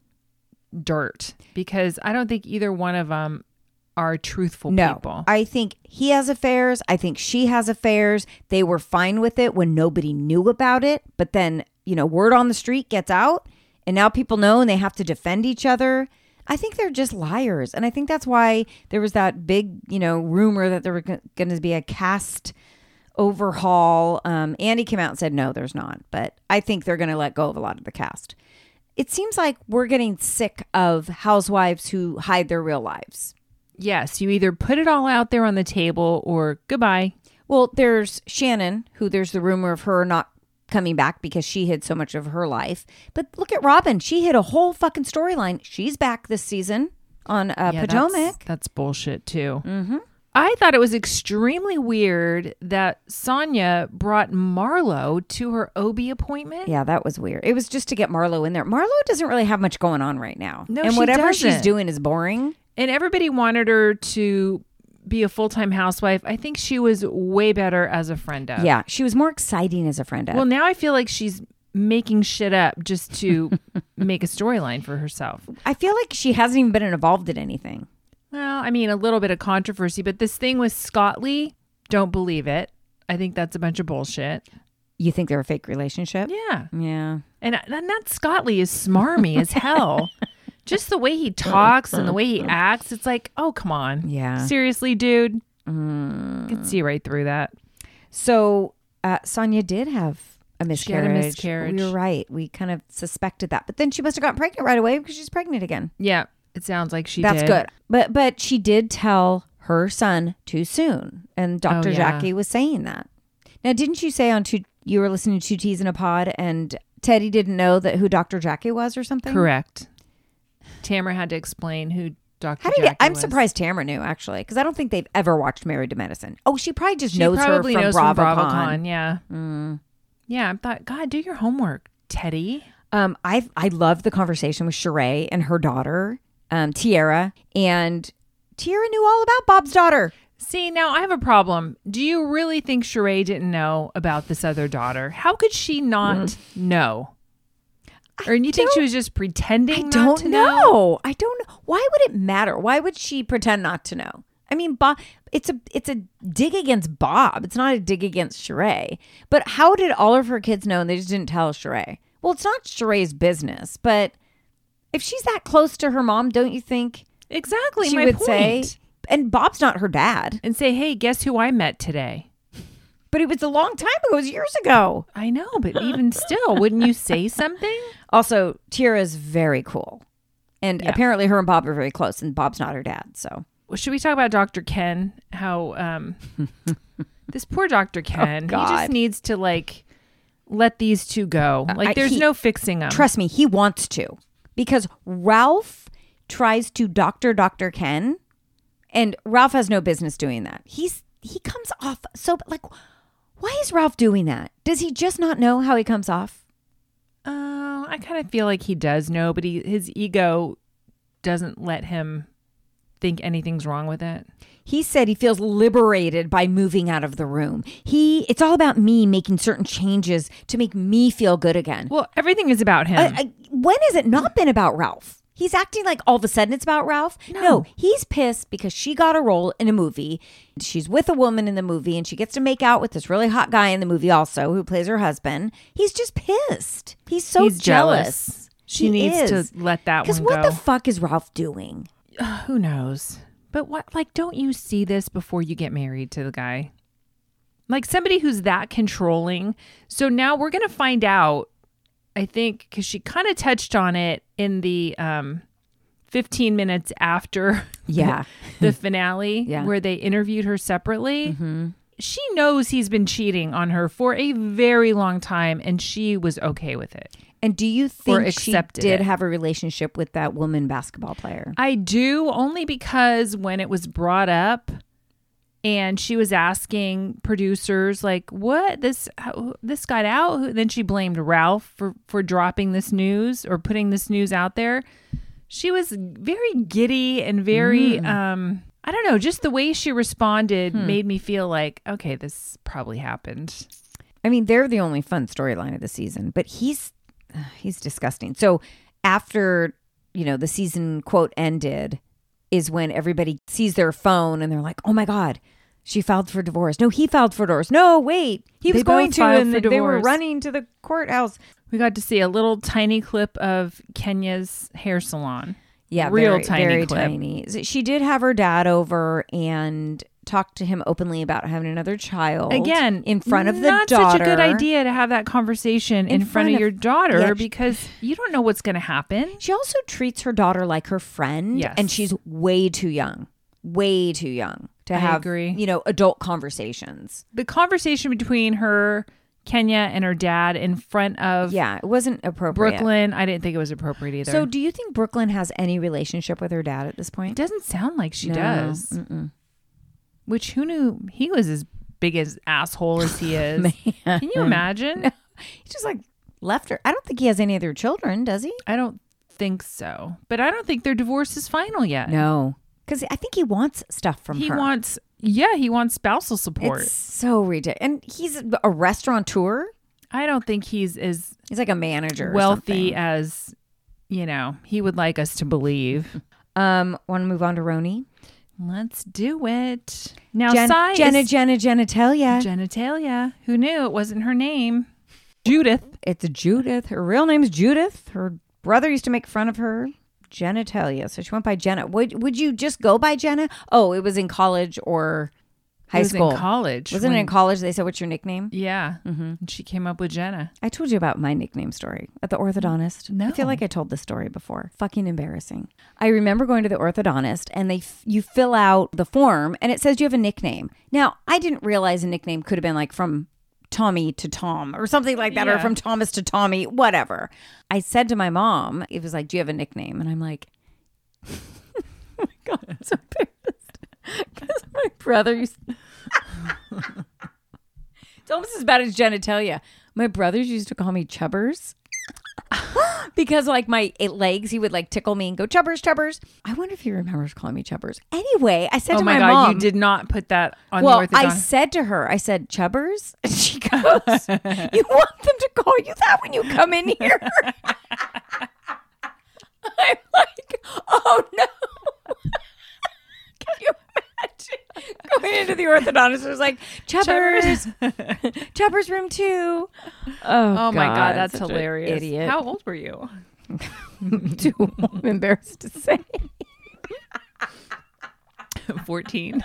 C: dirt because I don't think either one of them are truthful
B: No,
C: people.
B: I think he has affairs. I think she has affairs. They were fine with it when nobody knew about it. But then, you know, word on the street gets out, and now people know and they have to defend each other. I think they're just liars. And I think that's why there was that big, you know, rumor that there were going to be a cast overhaul. Um, Andy came out and said, no, there's not. But I think they're going to let go of a lot of the cast. It seems like we're getting sick of housewives who hide their real lives.
C: yes, you either put it all out there on the table or goodbye.
B: Well, there's Shannon, who there's the rumor of her not coming back because she hid so much of her life. But look at Robin. She hid a whole fucking storyline. She's back this season on uh,
C: Yeah, that's-
B: Potomac.
C: That's, bullshit too. Mm-hmm. I thought it was extremely weird that Sonia brought Marlo to her OB appointment.
B: Yeah, that was weird. It was just to get Marlo in there. Marlo doesn't really have much going on right now.
C: No,
B: and
C: she
B: whatever she's
C: doesn't.
B: doing is boring.
C: And everybody wanted her to be a full-time housewife. I think she was way better as a friend of.
B: Yeah, she was more exciting as a friend. Of.
C: Uh, Well, now I feel like she's making shit up just to make a storyline for herself.
B: I feel like she hasn't even been involved in anything.
C: Well, I mean, a little bit of controversy, but this thing with Scott Lee, don't believe it. I think that's a bunch of bullshit.
B: You think they're a fake relationship?
C: Yeah.
B: Yeah.
C: And, and that Scott Lee is smarmy as hell. Just the way he talks and the way he acts, it's like, oh, come on.
B: Yeah. Mm.
C: Seriously, dude. You can see right through that.
B: So uh, Sonia did have a
C: She had
B: miscarriage.
C: a miscarriage.
B: We were right. We kind of suspected that, but then she must have gotten pregnant right away because she's pregnant again.
C: Yeah. It sounds like she
B: That's
C: did.
B: good. But but she did tell her son too soon, and Dr.
C: Oh, yeah.
B: Jackie was saying that. Now, didn't you say on two? You were listening to two teas in a pod, and Teddy didn't know that who Dr. Jackie was or something.
C: Correct. Tamara had to explain who Dr.
B: How do you,
C: Jackie
B: I'm
C: was.
B: surprised Tamara knew actually, because I don't think they've ever watched Married to Medicine. Oh, she probably just
C: She
B: knows
C: probably
B: her
C: knows
B: from Mm. BravoCon.
C: from BravoCon. Yeah. Yeah. I thought, God, do your homework, Teddy.
B: Um, I I love the conversation with Sheree and her daughter, um, Tiara, and Tiara knew all about Bob's daughter.
C: See, now I have a problem. Do you really think Sheree didn't know about this other daughter? How could she not
B: Mm.
C: know? Or you think she was just pretending
B: I
C: not
B: don't
C: to
B: know. I don't. Why would it matter? Why would she pretend not to know? I mean, Bob, it's a it's a dig against Bob. It's not a dig against Sheree. But how did all of her kids know and they just didn't tell Sheree? Well, it's not Sheree's business, but if she's that close to her mom, don't you think
C: Exactly.
B: she
C: my
B: would
C: point.
B: say? And Bob's not her dad,
C: and say, "Hey, guess who I met today?"
B: but it was a long time ago. It was years ago.
C: I know, but even still, wouldn't you say something?
B: Also, Tiara's very cool, and
C: Yeah.
B: apparently her and Bob are very close. And Bob's not her dad, so
C: Well, Should we talk about Dr. Ken? How um this poor Dr. Ken, he just
B: Oh, God. Uh,
C: needs to like let these two go. Like
B: I-
C: there's
B: he-
C: no fixing them.
B: Trust me, he wants to because Ralph tries to doctor Dr. Ken and Ralph has no business doing that. He's he comes off so like why is Ralph doing that? Does he just not know how he comes off?
C: Oh, I kind of feel like he does know, but he his ego doesn't let him think anything's wrong with it.
B: He said he feels liberated by moving out of the room. He it's all about me making certain changes to make me feel good again.
C: Well, everything is about him.
B: I, I, when has it not been about Ralph? He's acting like all of a sudden it's about Ralph. No. he's pissed because she got a role in a movie. She's with a woman in the movie and she gets to make out with this really hot guy in the movie also who plays her husband. He's just pissed. He's so
C: He's
B: jealous.
C: jealous. She needs to let that
B: Because
C: one
B: what
C: go.
B: the fuck is Ralph doing?
C: Who knows? But what like don't you see this before you get married to the guy? Like somebody who's that controlling. So now we're going to find out I think cuz she kind of touched on it in the um 15 minutes after
B: Yeah.
C: the finale
B: Yeah. Mm-hmm.
C: where they interviewed her separately. She knows he's been cheating on her for a very long time and she was okay with it.
B: And do you think she
C: accepted
B: did
C: it.
B: have a relationship with that woman basketball player?
C: I do only because when it was brought up and she was asking producers like what this how, this got out Who- then she blamed Ralph for for dropping this news or putting this news out there. She was very giddy and very
B: Mm.
C: um I don't know, just the way she responded
B: Hmm.
C: made me feel like okay, this probably happened.
B: I mean, they're the only fun storyline of the season, but he's ugh, he's disgusting. So after you know the season quote ended is when everybody sees their phone and they're like, oh my god, she filed for divorce. No, he filed for divorce. No, wait, he
C: They
B: was going
C: both
B: to,
C: filed
B: and
C: for
B: they were
C: divorce.
B: running to the courthouse.
C: We got to see a little tiny clip of Kenya's hair salon.
B: Yeah,
C: Real
B: very,
C: tiny
B: very
C: clip.
B: tiny. So She did have her dad over and talked to him openly about having another child
C: again
B: in front of the
C: not
B: daughter.
C: such a good idea to have that conversation in, front, of, your daughter
B: Yeah.
C: because you don't know what's going to happen
B: She also treats her daughter like her friend.
C: Yes.
B: And she's way too young, way too young to
C: I
B: have,
C: agree.
B: you know, adult conversations.
C: the conversation between her kenya and her dad in front of
B: Yeah, it wasn't appropriate.
C: brooklyn i didn't think it was appropriate either
B: So, do you think Brooklyn has any relationship with her dad at this
C: it
B: point?
C: doesn't sound like she
B: No,
C: does which who knew he was as big as asshole as he is can you imagine
B: He just like left her. I don't think he has any other children, does he?
C: i don't think so but i don't think their divorce is final yet
B: No. Because I think he wants stuff from
C: he
B: her.
C: wants yeah he wants spousal support
B: it's so ridiculous. And he's a restaurateur.
C: i don't think he's as
B: He's like a manager. or
C: wealthy
B: something.
C: as you know he would like us to believe
B: Um, want to move on to Roni?
C: let's do it now
B: Gen-
C: Sai
B: Jenna,
C: is
B: Jenna, Genitalia.
C: genitalia who knew it wasn't her name judith
B: it's Judith. Her real name's Judith. Her brother used to make fun of her. Genitalia. So she went by Jenna. Would would you just go by Jenna? Oh, it was in college or high
C: It was
B: school. Mm-hmm.
C: in college
B: Wasn't it
C: when-
B: in college? They said, "What's your nickname?"
C: yeah And she came up with jenna
B: I told you about my nickname story at the orthodontist. I feel
C: No.
B: like I told this story before. Fucking embarrassing. I remember going to the orthodontist and they f- you fill out the form and it says you have a nickname. Now, I didn't realize a nickname could have been like from Tommy to Tom or something like that or
C: Yeah.
B: from Thomas to Tommy, whatever. I said to my mom, it was like, "Do you have a nickname?" and I'm like, "Oh my god, I'm so embarrassed." Cuz my brother used it's almost as bad as genitalia. My brothers used to call me Chubbers because, like, my eight legs, he would like tickle me and go Chubbers, Chubbers. I wonder if he remembers calling me Chubbers. Anyway, I said
C: oh
B: to my,
C: my, god
B: mom,
C: you did not put that on
B: well,
C: the orthodontist
B: I said to her, I said Chubbers, and she goes, "You want them to call you that when you come in here?" I'm like, "Oh no." Can you imagine? went into the orthodontist. It was like Chubbers, Chubbers room two. Oh,
C: Oh my god, that's
B: such an
C: hilarious.
B: Idiot.
C: How old were you?
B: too I'm embarrassed to say.
C: 14.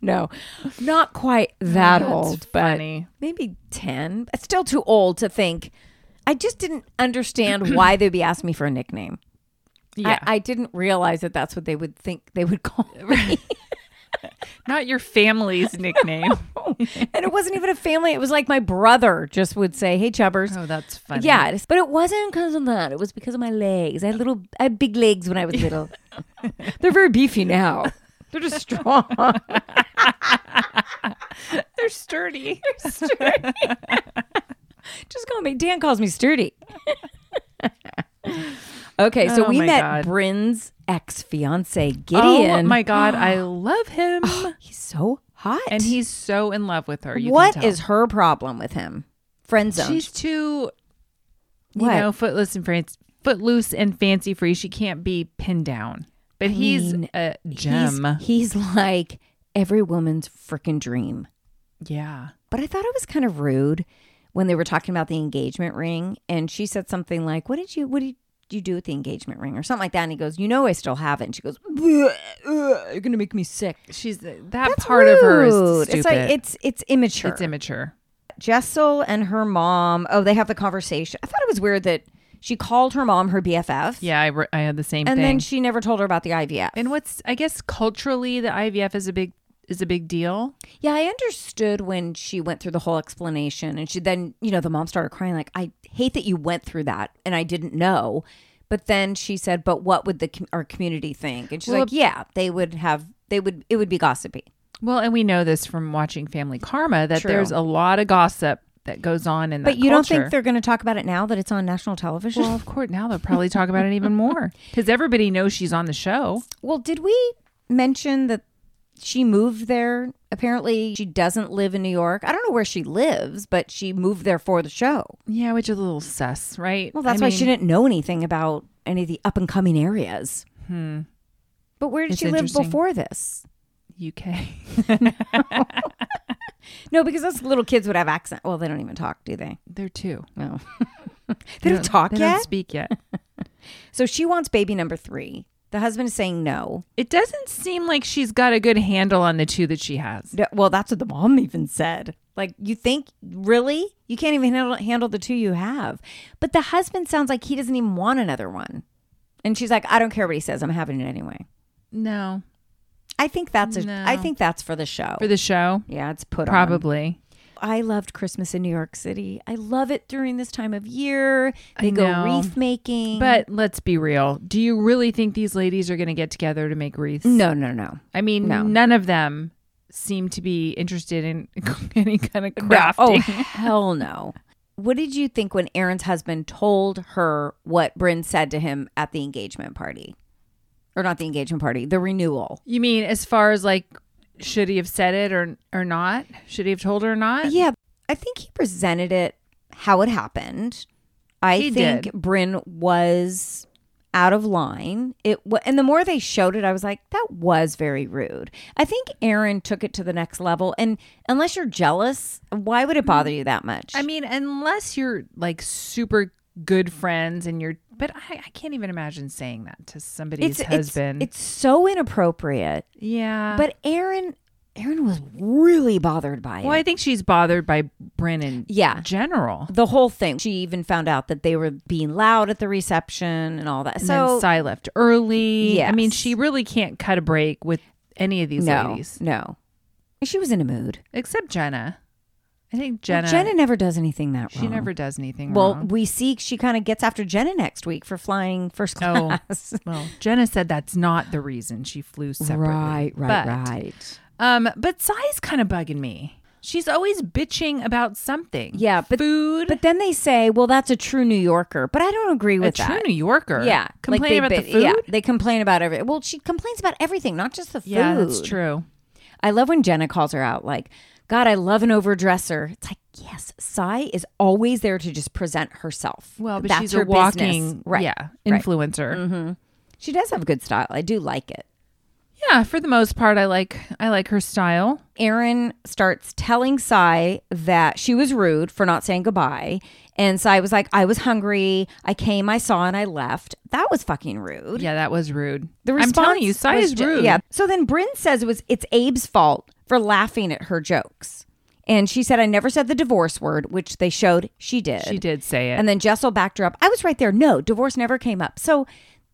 B: no, not quite that
C: That's
B: old,
C: funny.
B: but maybe 10. It's still too old to think. I just didn't understand why they'd be asking me for a nickname.
C: Yeah.
B: I, I didn't realize that that's what they would think they would call me.
C: Not your family's nickname.
B: and it wasn't even a family. It was like my brother just would say, hey, Chubbers.
C: oh, that's funny.
B: Yeah, it's- but it wasn't because of that. It was because of my legs. I had little, I had big legs when I was little. They're very beefy now. They're just strong.
C: They're sturdy.
B: Just call me. Dan calls me sturdy. okay, so
C: Oh
B: we
C: my
B: met
C: God.
B: Bryn's ex fiance
C: Oh
B: Gideon. Oh,
C: my god, I love him.
B: he's so hot.
C: and he's so in love with her. You
B: what
C: can tell.
B: is her problem with him? Friend zone.
C: She's too you
B: What?
C: know, footless and fancy, footloose and fancy free. She can't be pinned down. But he's
B: mean,
C: a
B: He's-
C: gem.
B: He's, like every woman's freaking dream.
C: yeah.
B: But I thought it was kind of rude when they were talking about the engagement ring, and she said something like, "What did you? What did you do with the engagement ring?" or something like that. And he goes, "You know, I still have it." And she goes, "Bleh, uh, "You're gonna make me sick."
C: She's uh, that
B: That's
C: part of her is
B: rude.
C: stupid.
B: It's like it's it's immature.
C: It's immature.
B: Jessel and her mom. Oh, they have the conversation. I thought it was weird that she called her mom her BFF.
C: Yeah, I, re- I had the same
B: And
C: thing.
B: then she never told her about the IVF.
C: and what's I guess culturally the IVF is a big is a big deal.
B: yeah, I understood when she went through the whole explanation, and she then you know the mom started crying like, "I hate that you went through that, and I didn't know." But then she said, "But what would the com- our community think?" And she's like, "Yeah, they would have. They would. It would be gossipy."
C: Well, and we know this from watching Family Karma that
B: True.
C: there's a lot of gossip that goes on in that
B: But you don't
C: culture.
B: think they're going to talk about it now that it's on national television?
C: Well, of course, now they'll probably talk about it even more because everybody knows she's on the show.
B: Well, did we mention that she moved there? Apparently, she doesn't live in New York. I don't know where she lives, but she moved there for the show.
C: Yeah, which is a little sus, right?
B: Well, that's why she didn't know anything about any of the up and coming areas. Hmm. But where did
C: It's
B: she live
C: interesting.
B: before this?
C: UK.
B: No, because those little kids would have accent. Well, they don't even talk, do they?
C: They're two.
B: No. they don't talk
C: They
B: yet.
C: don't speak yet.
B: so she wants baby number three. The husband is saying no.
C: It doesn't seem like she's got a good handle on the two that she has.
B: D- Well, that's what the mom even said. Like, you think, really? You can't even handle, handle the two you have. But the husband sounds like he doesn't even want another one. And she's like, I don't care what he says. I'm having it anyway.
C: No,
B: I think that's a. I
C: No.
B: think that's for the show.
C: for the show,
B: yeah, it's put on.
C: probably.
B: I loved Christmas in New York City. I love it during this time of year. They
C: I
B: go
C: know.
B: wreath making.
C: But let's be real. Do you really think these ladies are going to get together to make wreaths?
B: no, no, no.
C: I mean,
B: No.
C: none of them seem to be interested in any kind of
B: No. Oh,
C: crafting.
B: hell no. What did you think when Aaron's husband told her what Bryn said to him at the engagement party? Or not the engagement party, the renewal.
C: You mean as far as like should he have said it or or not? Should he have told her or not?
B: Yeah, I think he presented it how it happened. I
C: He
B: think
C: did.
B: Bryn was out of line. It wa and the more they showed it, I was like, that was very rude. I think Aaron took it to the next level, and unless you're jealous, why would it bother you that much?
C: Mm. I mean, unless you're like super good friends and you're but I, I can't even imagine saying that to somebody's husband.
B: It's, it's so inappropriate.
C: yeah.
B: But Aaron, Aaron was really bothered by it.
C: well, I think she's bothered by Brennan
B: Yeah.
C: general.
B: the whole thing. She even found out that they were being loud at the reception and all that.
C: And
B: so
C: then Cy left early. I mean,
B: Yes.
C: she really can't cut a break with any of these
B: no,
C: ladies.
B: no, she was in a mood.
C: Except Jenna. I think
B: Jenna,
C: Jenna
B: never does anything that
C: she
B: wrong.
C: never does anything
B: Well,
C: wrong.
B: we see she kind of gets after Jenna next week for flying first
C: Oh.
B: class.
C: Well, Jenna said that's not the reason she flew separately.
B: right, right,
C: but,
B: right.
C: Um, but Sai's kind of bugging me. She's always bitching about something.
B: Yeah, but-
C: food.
B: But then they say, "Well, that's a true New Yorker," but I don't agree
C: a
B: with
C: true
B: that.
C: New Yorker.
B: Yeah, like
C: complaining
B: they
C: about
B: bit-
C: the food.
B: Yeah, they complain about everything. Well, she complains about everything, not just the food.
C: Yeah, that's true.
B: I love when Jenna calls her out, like, God, I love an overdresser. It's like, yes, Sai is always there to just present herself.
C: Well, but
B: That's
C: she's
B: her
C: a walking
B: business. right? Mm-hmm.
C: yeah
B: right.
C: influencer.
B: She does have good style. I do like it.
C: Yeah, for the most part, I like I like her style.
B: Erin starts telling Sai that she was rude for not saying goodbye. And Sai was like, I was hungry. I came, I saw, and I left. That was fucking rude.
C: Yeah, that was rude.
B: The
C: I'm telling you,
B: response
C: Sai
B: was
C: is
B: ju-
C: rude.
B: yeah. So then Bryn says it was it's Abe's fault for laughing at her jokes. And she said, I never said the divorce word, which they showed she did.
C: she did say it.
B: And then Jessel backed her up. I was right there. No, divorce never came up. So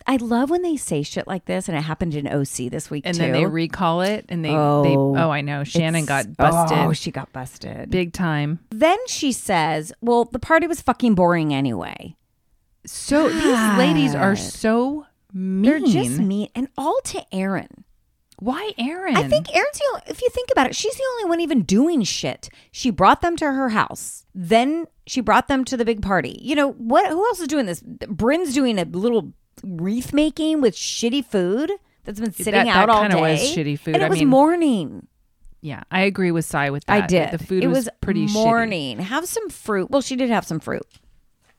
B: I love when they say shit like this, and it happened in OC this week
C: and
B: too.
C: then they recall it and they oh, they,
B: Oh.
C: oh I know Shannon got
B: It's-
C: busted
B: Oh, she got busted.
C: big time.
B: Then she says, Well, the party was fucking boring anyway.
C: So these ladies are so mean.
B: They're just mean. And all to Aaron.
C: Why Aaron?
B: I think Aaron's the only, if you think about it, she's the only one even doing shit. She brought them to her house. Then she brought them to the big party. You know, what? who else is doing this? Bryn's doing a little wreath making with shitty food that's been sitting
C: that
B: out all
C: kinda
B: day.
C: was shitty food.
B: And it
C: I
B: was
C: mean,
B: morning.
C: Yeah, I agree with Sai with that.
B: I did.
C: The food
B: it
C: was,
B: was,
C: pretty shitty.
B: morning. Have some fruit. Well, she did have some fruit.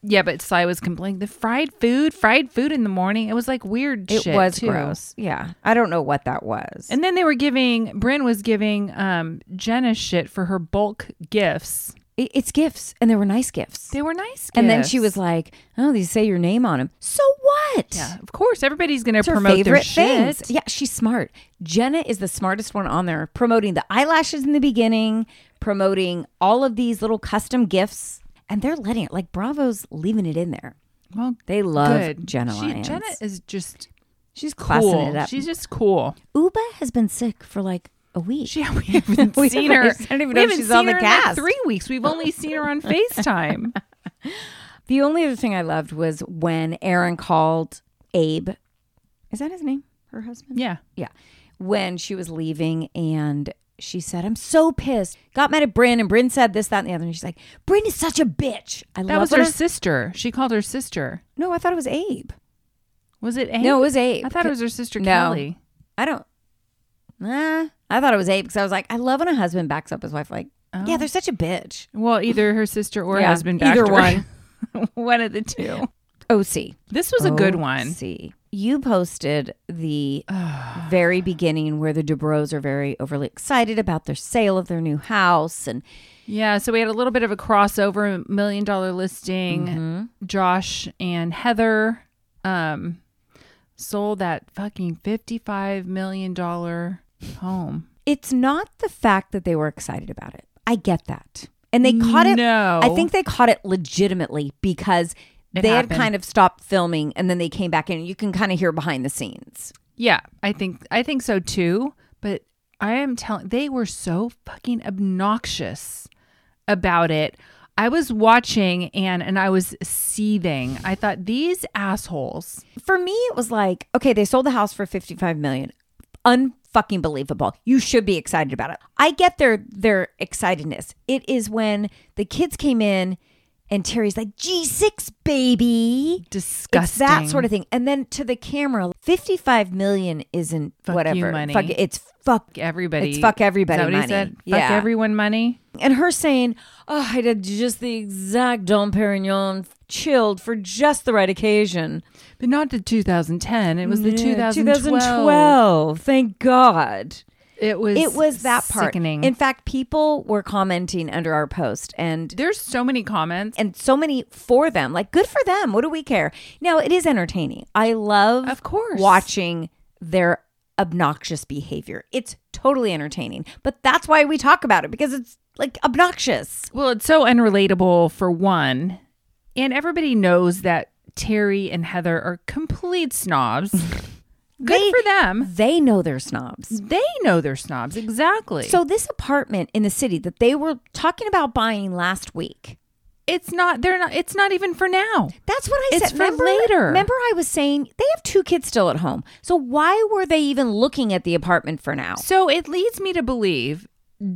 C: Yeah, but Sai was complaining the fried food, fried food in the morning. It was like weird
B: It
C: shit.
B: was
C: too.
B: gross. Yeah. I don't know what that was.
C: And then they were giving Bryn was giving um Jenna shit for her bulk gifts.
B: It- it's gifts and they were nice gifts.
C: They were nice.
B: and then she
C: gifts.
B: was like, "Oh, they say your name on them. So what?
C: Yeah, of course, everybody's gonna
B: It's her
C: promote their
B: favorite
C: shit.
B: things. Yeah, she's smart. Jenna is the smartest one on there, promoting the eyelashes in the beginning, promoting all of these little custom gifts, and they're letting it like Bravo's leaving it in there.
C: Well,
B: They love
C: good.
B: Jenna
C: She-
B: Lyons.
C: Jenna is just
B: she's classing
C: cool.
B: it up.
C: She's just cool.
B: Uba has been sick for like a week.
C: She, we haven't
B: We
C: seen her.
B: haven't- I don't even
C: we
B: know if
C: haven't
B: she's on
C: seen
B: the
C: her in, like,
B: cast.
C: three weeks. We've only seen her on FaceTime.
B: the only other thing I loved was when Aaron called Abe. Is that his name? Her husband?
C: yeah.
B: Yeah. When she was leaving and she said, I'm so pissed. Got mad at Bryn and Bryn said this, that, and the other. And she's like, Bryn is such a bitch. I
C: That
B: love
C: was
B: when
C: her
B: I-
C: sister. She called her sister.
B: No, I thought it was Abe.
C: Was it Abe?
B: No, it was Abe.
C: I thought it was her sister
B: No.
C: Kelly.
B: I don't. Nah. I thought it was Abe because I was like, I love when a husband backs up his wife, like,
C: Oh.
B: yeah, they're such a bitch.
C: Well, either her sister or
B: Yeah,
C: husband.
B: either
C: backed her. one of the two.
B: OC.
C: This was a good one.
B: See, you posted the very beginning where the Dubrows are very overly excited about their sale of their new house, and
C: Yeah, so we had a little bit of a crossover million dollar listing.
B: Mm-hmm.
C: Josh and Heather um sold that fucking 55 million dollar home.
B: it's not the fact that they were excited about it. I get that, and they caught it.
C: No.
B: I think they caught it legitimately because
C: It
B: they
C: happened.
B: had kind of stopped filming, and then they came back in. You can kind of hear behind the scenes.
C: Yeah, I think I think so too, but I am telling they were so fucking obnoxious about it. I was watching and and I was seething. I thought these assholes.
B: For me, it was like, okay, they sold the house for fifty-five million. Unfucking believable. You should be excited about it. I get their their excitedness. It is when the kids came in, and Terry's like, "G six, baby." It's
C: Disgusting.
B: that sort of thing. And then to the camera, 55 million isn't
C: Fuck you
B: whatever.
C: money.
B: Fuck, it's fuck
C: everybody.
B: It's fuck everybody
C: Is that what he
B: money.
C: said?
B: Yeah.
C: Fuck everyone money.
B: And her saying, Oh, I did just the exact Dom Perignon chilled for just the right occasion. Mm,
C: But not the 2010. It was the
B: Yeah,
C: 2012.
B: 2012. Thank God.
C: It was
B: It was that part.
C: Sickening.
B: In fact, people were commenting under our post and
C: There's so many comments.
B: and so many for them. Like, good for them. What do we care? Now, it is entertaining. I love,
C: Of course.
B: watching their obnoxious behavior. It's totally entertaining. But that's why we talk about it because it's like obnoxious.
C: Well, it's so unrelatable for one. And everybody knows that Terry and Heather are complete snobs. Good
B: They-
C: for them.
B: They know they're snobs.
C: They know they're snobs. Exactly.
B: So, this apartment in the city that they were talking about buying last week.
C: it's not they're not it's not even for now.
B: That's what I
C: It's
B: said.
C: for later.
B: Remember, I was saying they have two kids still at home. So why were they even looking at the apartment for now?
C: So it leads me to believe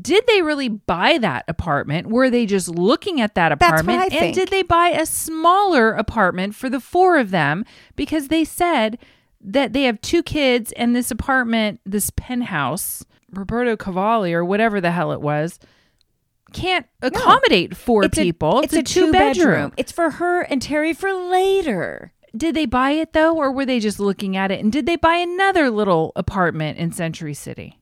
C: did they really buy that apartment? Were they just looking at that
B: That's what
C: apartment?
B: I
C: and
B: think.
C: did they buy a smaller apartment for the four of them? Because they said that they have two kids and this apartment, this penthouse, Roberto Cavalli or whatever the hell it was, can't accommodate four
B: It's a-
C: people.
B: it's a, two bedroom. It's for her and Terry for later.
C: Did they buy it though, or were they just looking at it? And did they buy another little apartment in Century City?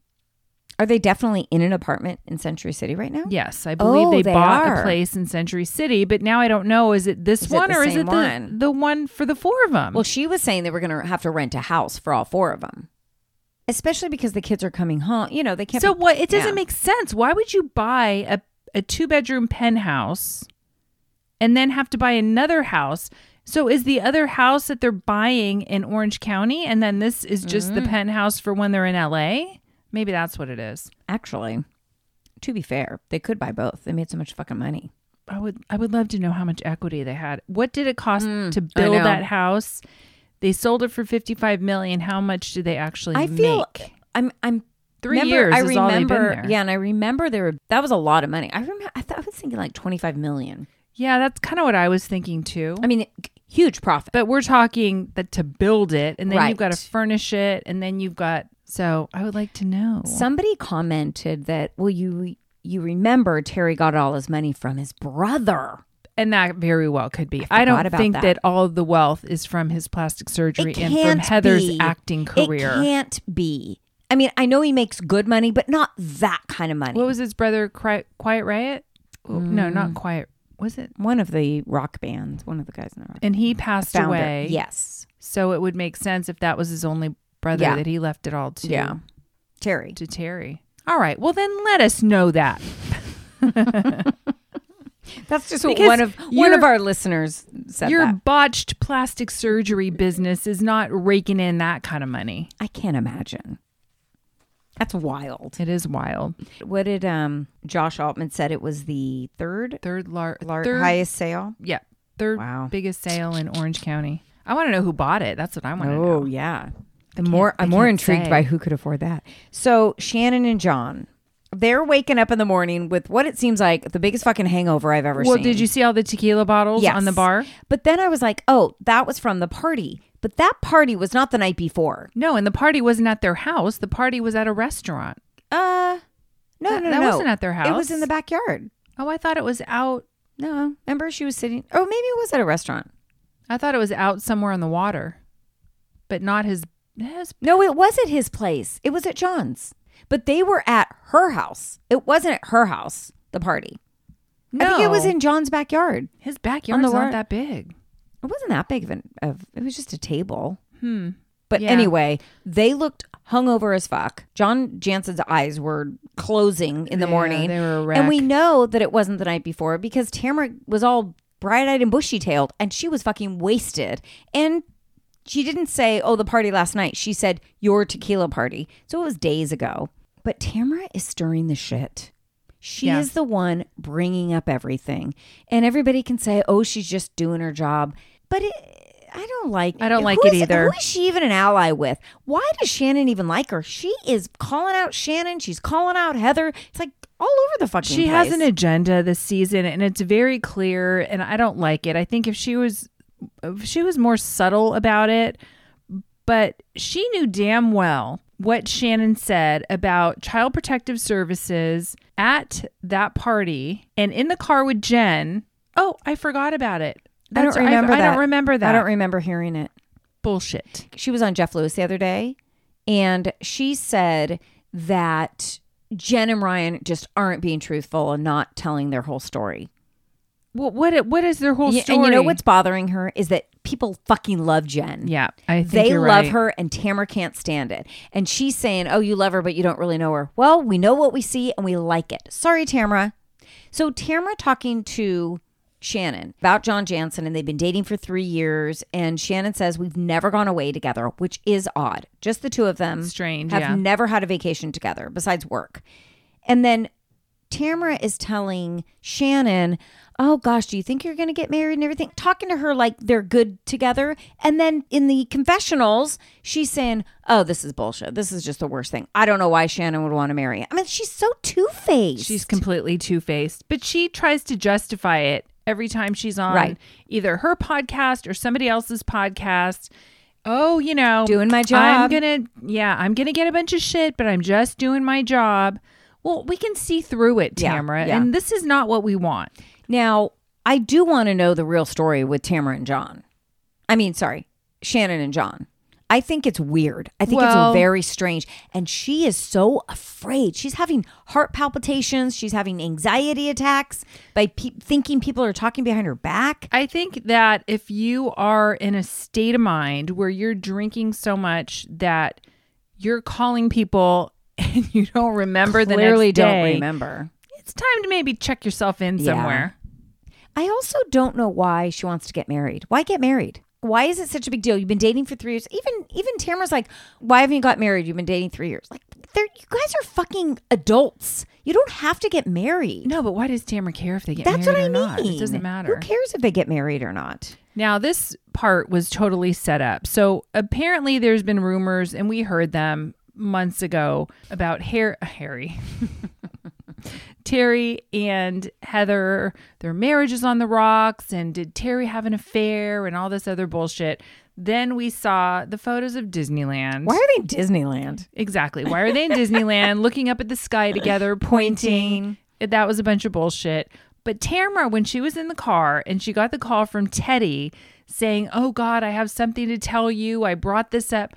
B: Are they definitely in an apartment in Century City right now?
C: Yes, I believe
B: Oh,
C: they,
B: they
C: bought a
B: are.
C: place in Century City, but now I don't know. Is it this
B: Is it
C: one
B: the
C: or is
B: same
C: it the,
B: one?
C: the one for the four of them?
B: Well, she was saying they were going to have to rent a house for all four of them, especially because the kids are coming home. You know, they can't.
C: so
B: be-
C: what? It doesn't
B: yeah.
C: make sense. Why would you buy a, a two bedroom penthouse and then have to buy another house? So is the other house that they're buying in Orange County, and then this is just
B: Mm.
C: the penthouse for when they're in LA? Maybe that's what it is.
B: actually, to be fair, they could buy both. They made so much fucking money.
C: I would I would love to know how much equity they had. What did it cost to
B: Mm, I
C: build
B: know.
C: that house? They sold it for 55 million. How much did they actually
B: I feel
C: make?
B: I'm I'm
C: Three
B: remember-
C: years
B: I
C: is all they've been
B: remember,
C: there.
B: yeah, and I remember there were that was a lot of money. I remember I thought I was thinking like twenty five million.
C: Yeah, that's kind of what I was thinking too.
B: I mean, huge profit.
C: But we're talking that to build it and then you've got to
B: Right.
C: furnish it and then you've got so I would like to know.
B: Somebody commented that well, you you remember Terry got all his money from his brother.
C: and that very well could be. I, don't
B: forgot about
C: think that.
B: that.
C: all of the wealth is from his plastic surgery
B: It
C: and
B: can't
C: from Heather's
B: be.
C: acting career.
B: It can't be. I mean, I know he makes good money, but not that kind of money.
C: What was his brother Cri- Quiet Riot? No,
B: Mm.
C: not Quiet. Was it?
B: one of the rock bands, one of the guys in the rock
C: And he passed
B: founder.
C: away.
B: Yes,
C: So it would make sense if that was his only brother
B: Yeah.
C: that he left it all to.
B: Yeah. Terry.
C: To Terry. All right. Well, then let us know that.
B: That's just
C: Because
B: one of one
C: your-
B: of our listeners said.
C: Your
B: that.
C: botched plastic surgery business is not raking in that kind of money.
B: I can't imagine. That's wild.
C: It is wild.
B: What did um, Josh Altman said? It was the third,
C: Third lar-
B: lar-
C: third,
B: highest sale.
C: Yeah. Third
B: Wow.
C: biggest sale in Orange County. I want to know who bought it. That's what I want
B: Oh,
C: to know.
B: yeah. The more I'm more
C: can't
B: intrigued
C: say.
B: by who could afford that. So Shannon and John, they're waking up in the morning with what it seems like the biggest fucking hangover I've ever
C: Well,
B: seen.
C: did you see all the tequila bottles
B: Yes.
C: on the bar?
B: But then I was like, oh, that was from the party. But that party was not the night before.
C: No, and the party wasn't at their house. The party was at a restaurant.
B: Uh, no,
C: That-
B: no,
C: that
B: no.
C: wasn't at their
B: It was
C: house.
B: in the backyard.
C: Oh, I thought it was out.
B: No, remember she was sitting. Oh, maybe it was at a restaurant.
C: I thought it was out somewhere on the water, but not his. his
B: No, it was at his place. It was at John's. But they were at her house. It wasn't at her house. The party. I think it was
C: No.
B: in John's backyard.
C: his backyard's
B: on the
C: not
B: wa-
C: that big.
B: It wasn't that big of an. Of, it was just a table.
C: Hmm.
B: But
C: Yeah.
B: anyway, they looked hungover as fuck. John Jansen's eyes were closing in the
C: Yeah,
B: morning.
C: they were a wreck.
B: And we know that it wasn't the night before because Tamara was all bright eyed and bushy tailed and she was fucking wasted. And she didn't say, oh, the party last night. She said, your tequila party. So it was days ago. But Tamara is stirring the shit. She
C: Yeah.
B: is the one bringing up everything. And everybody can say, oh, she's just doing her job. But it, I don't like
C: I don't like
B: who
C: it
B: is-
C: either.
B: Who is she even an ally with? Why does Shannon even like her? She is calling out Shannon. She's calling out Heather. It's like all over the fucking
C: She has
B: place.
C: an agenda this season, and it's very clear. And I don't like it. I think if she was, if she was more subtle about it, but she knew damn well what Shannon said about Child Protective Services at that party and in the car with Jen. Oh, I forgot about it.
B: I don't
C: That's-
B: remember
C: I,
B: that.
C: don't remember that.
B: I don't remember hearing it.
C: Bullshit.
B: She was on Jeff Lewis the other day and she said that Jen and Ryan just aren't being truthful and not telling their whole story.
C: What what what is their whole
B: Y-
C: story?
B: And you know what's bothering her is that people fucking love Jen.
C: Yeah, I think
B: they
C: you're
B: love
C: right.
B: her and Tamara can't stand it. And she's saying, Oh, you love her, but you don't really know her. Well, we know what we see and we like it. Sorry, Tamara. So Tamara talking to Shannon about John Jansen and they've been dating for three years. And Shannon says, We've never gone away together, which is odd. Just the two of them
C: Strange,
B: have
C: yeah.
B: never had a vacation together besides work. And then Tamara is telling Shannon, Oh gosh, do you think you're going to get married and everything? Talking to her like they're good together. And then in the confessionals, she's saying, Oh, this is bullshit. This is just the worst thing. I don't know why Shannon would want to marry. I mean, she's so two faced.
C: She's completely two faced, but she tries to justify it every time she's on
B: Right.
C: either her podcast or somebody else's podcast. Oh, you know,
B: Doing my
C: I'm
B: job.
C: gonna, yeah, I'm gonna get a bunch of shit, but I'm just doing my job. Well, we can see through it,
B: Yeah,
C: Tamara,
B: yeah.
C: and this is not what we want.
B: Now, I do want to know the real story with Tamara and John. I mean, sorry, Shannon and John. I think it's weird. I think
C: Well-
B: it's very strange. And she is so afraid. She's having heart palpitations. She's having anxiety attacks by pe- thinking people are talking behind her back.
C: I think that if you are in a state of mind where you're drinking so much that you're calling people and you don't remember the
B: Clearly
C: next day,
B: don't remember.
C: it's time to maybe check yourself in somewhere.
B: I also don't know why she wants to get married. Why get married? Why is it such a big deal? You've been dating for three years. Even even Tamara's like, why haven't you got married? You've been dating three years. Like, they're, you guys are fucking adults. You don't have to get married.
C: No, but why does Tamara care if they get
B: That's what I
C: married
B: mean.
C: or not? It doesn't matter.
B: Who cares if they get married or not?
C: Now, this part was totally set up. So apparently, there's been rumors, and we heard them months ago about Har- Harry, Terry, and Heather. Their marriage is on the rocks, and did Terry have an affair, and all this other bullshit. Then we saw the photos of Disneyland.
B: Why are they in Disneyland?
C: Exactly. Why are they in Disneyland looking up at the sky together, pointing? That was a bunch of bullshit. But Tamara, when she was in the car and she got the call from Teddy saying, Oh God, I have something to tell you. I brought this up.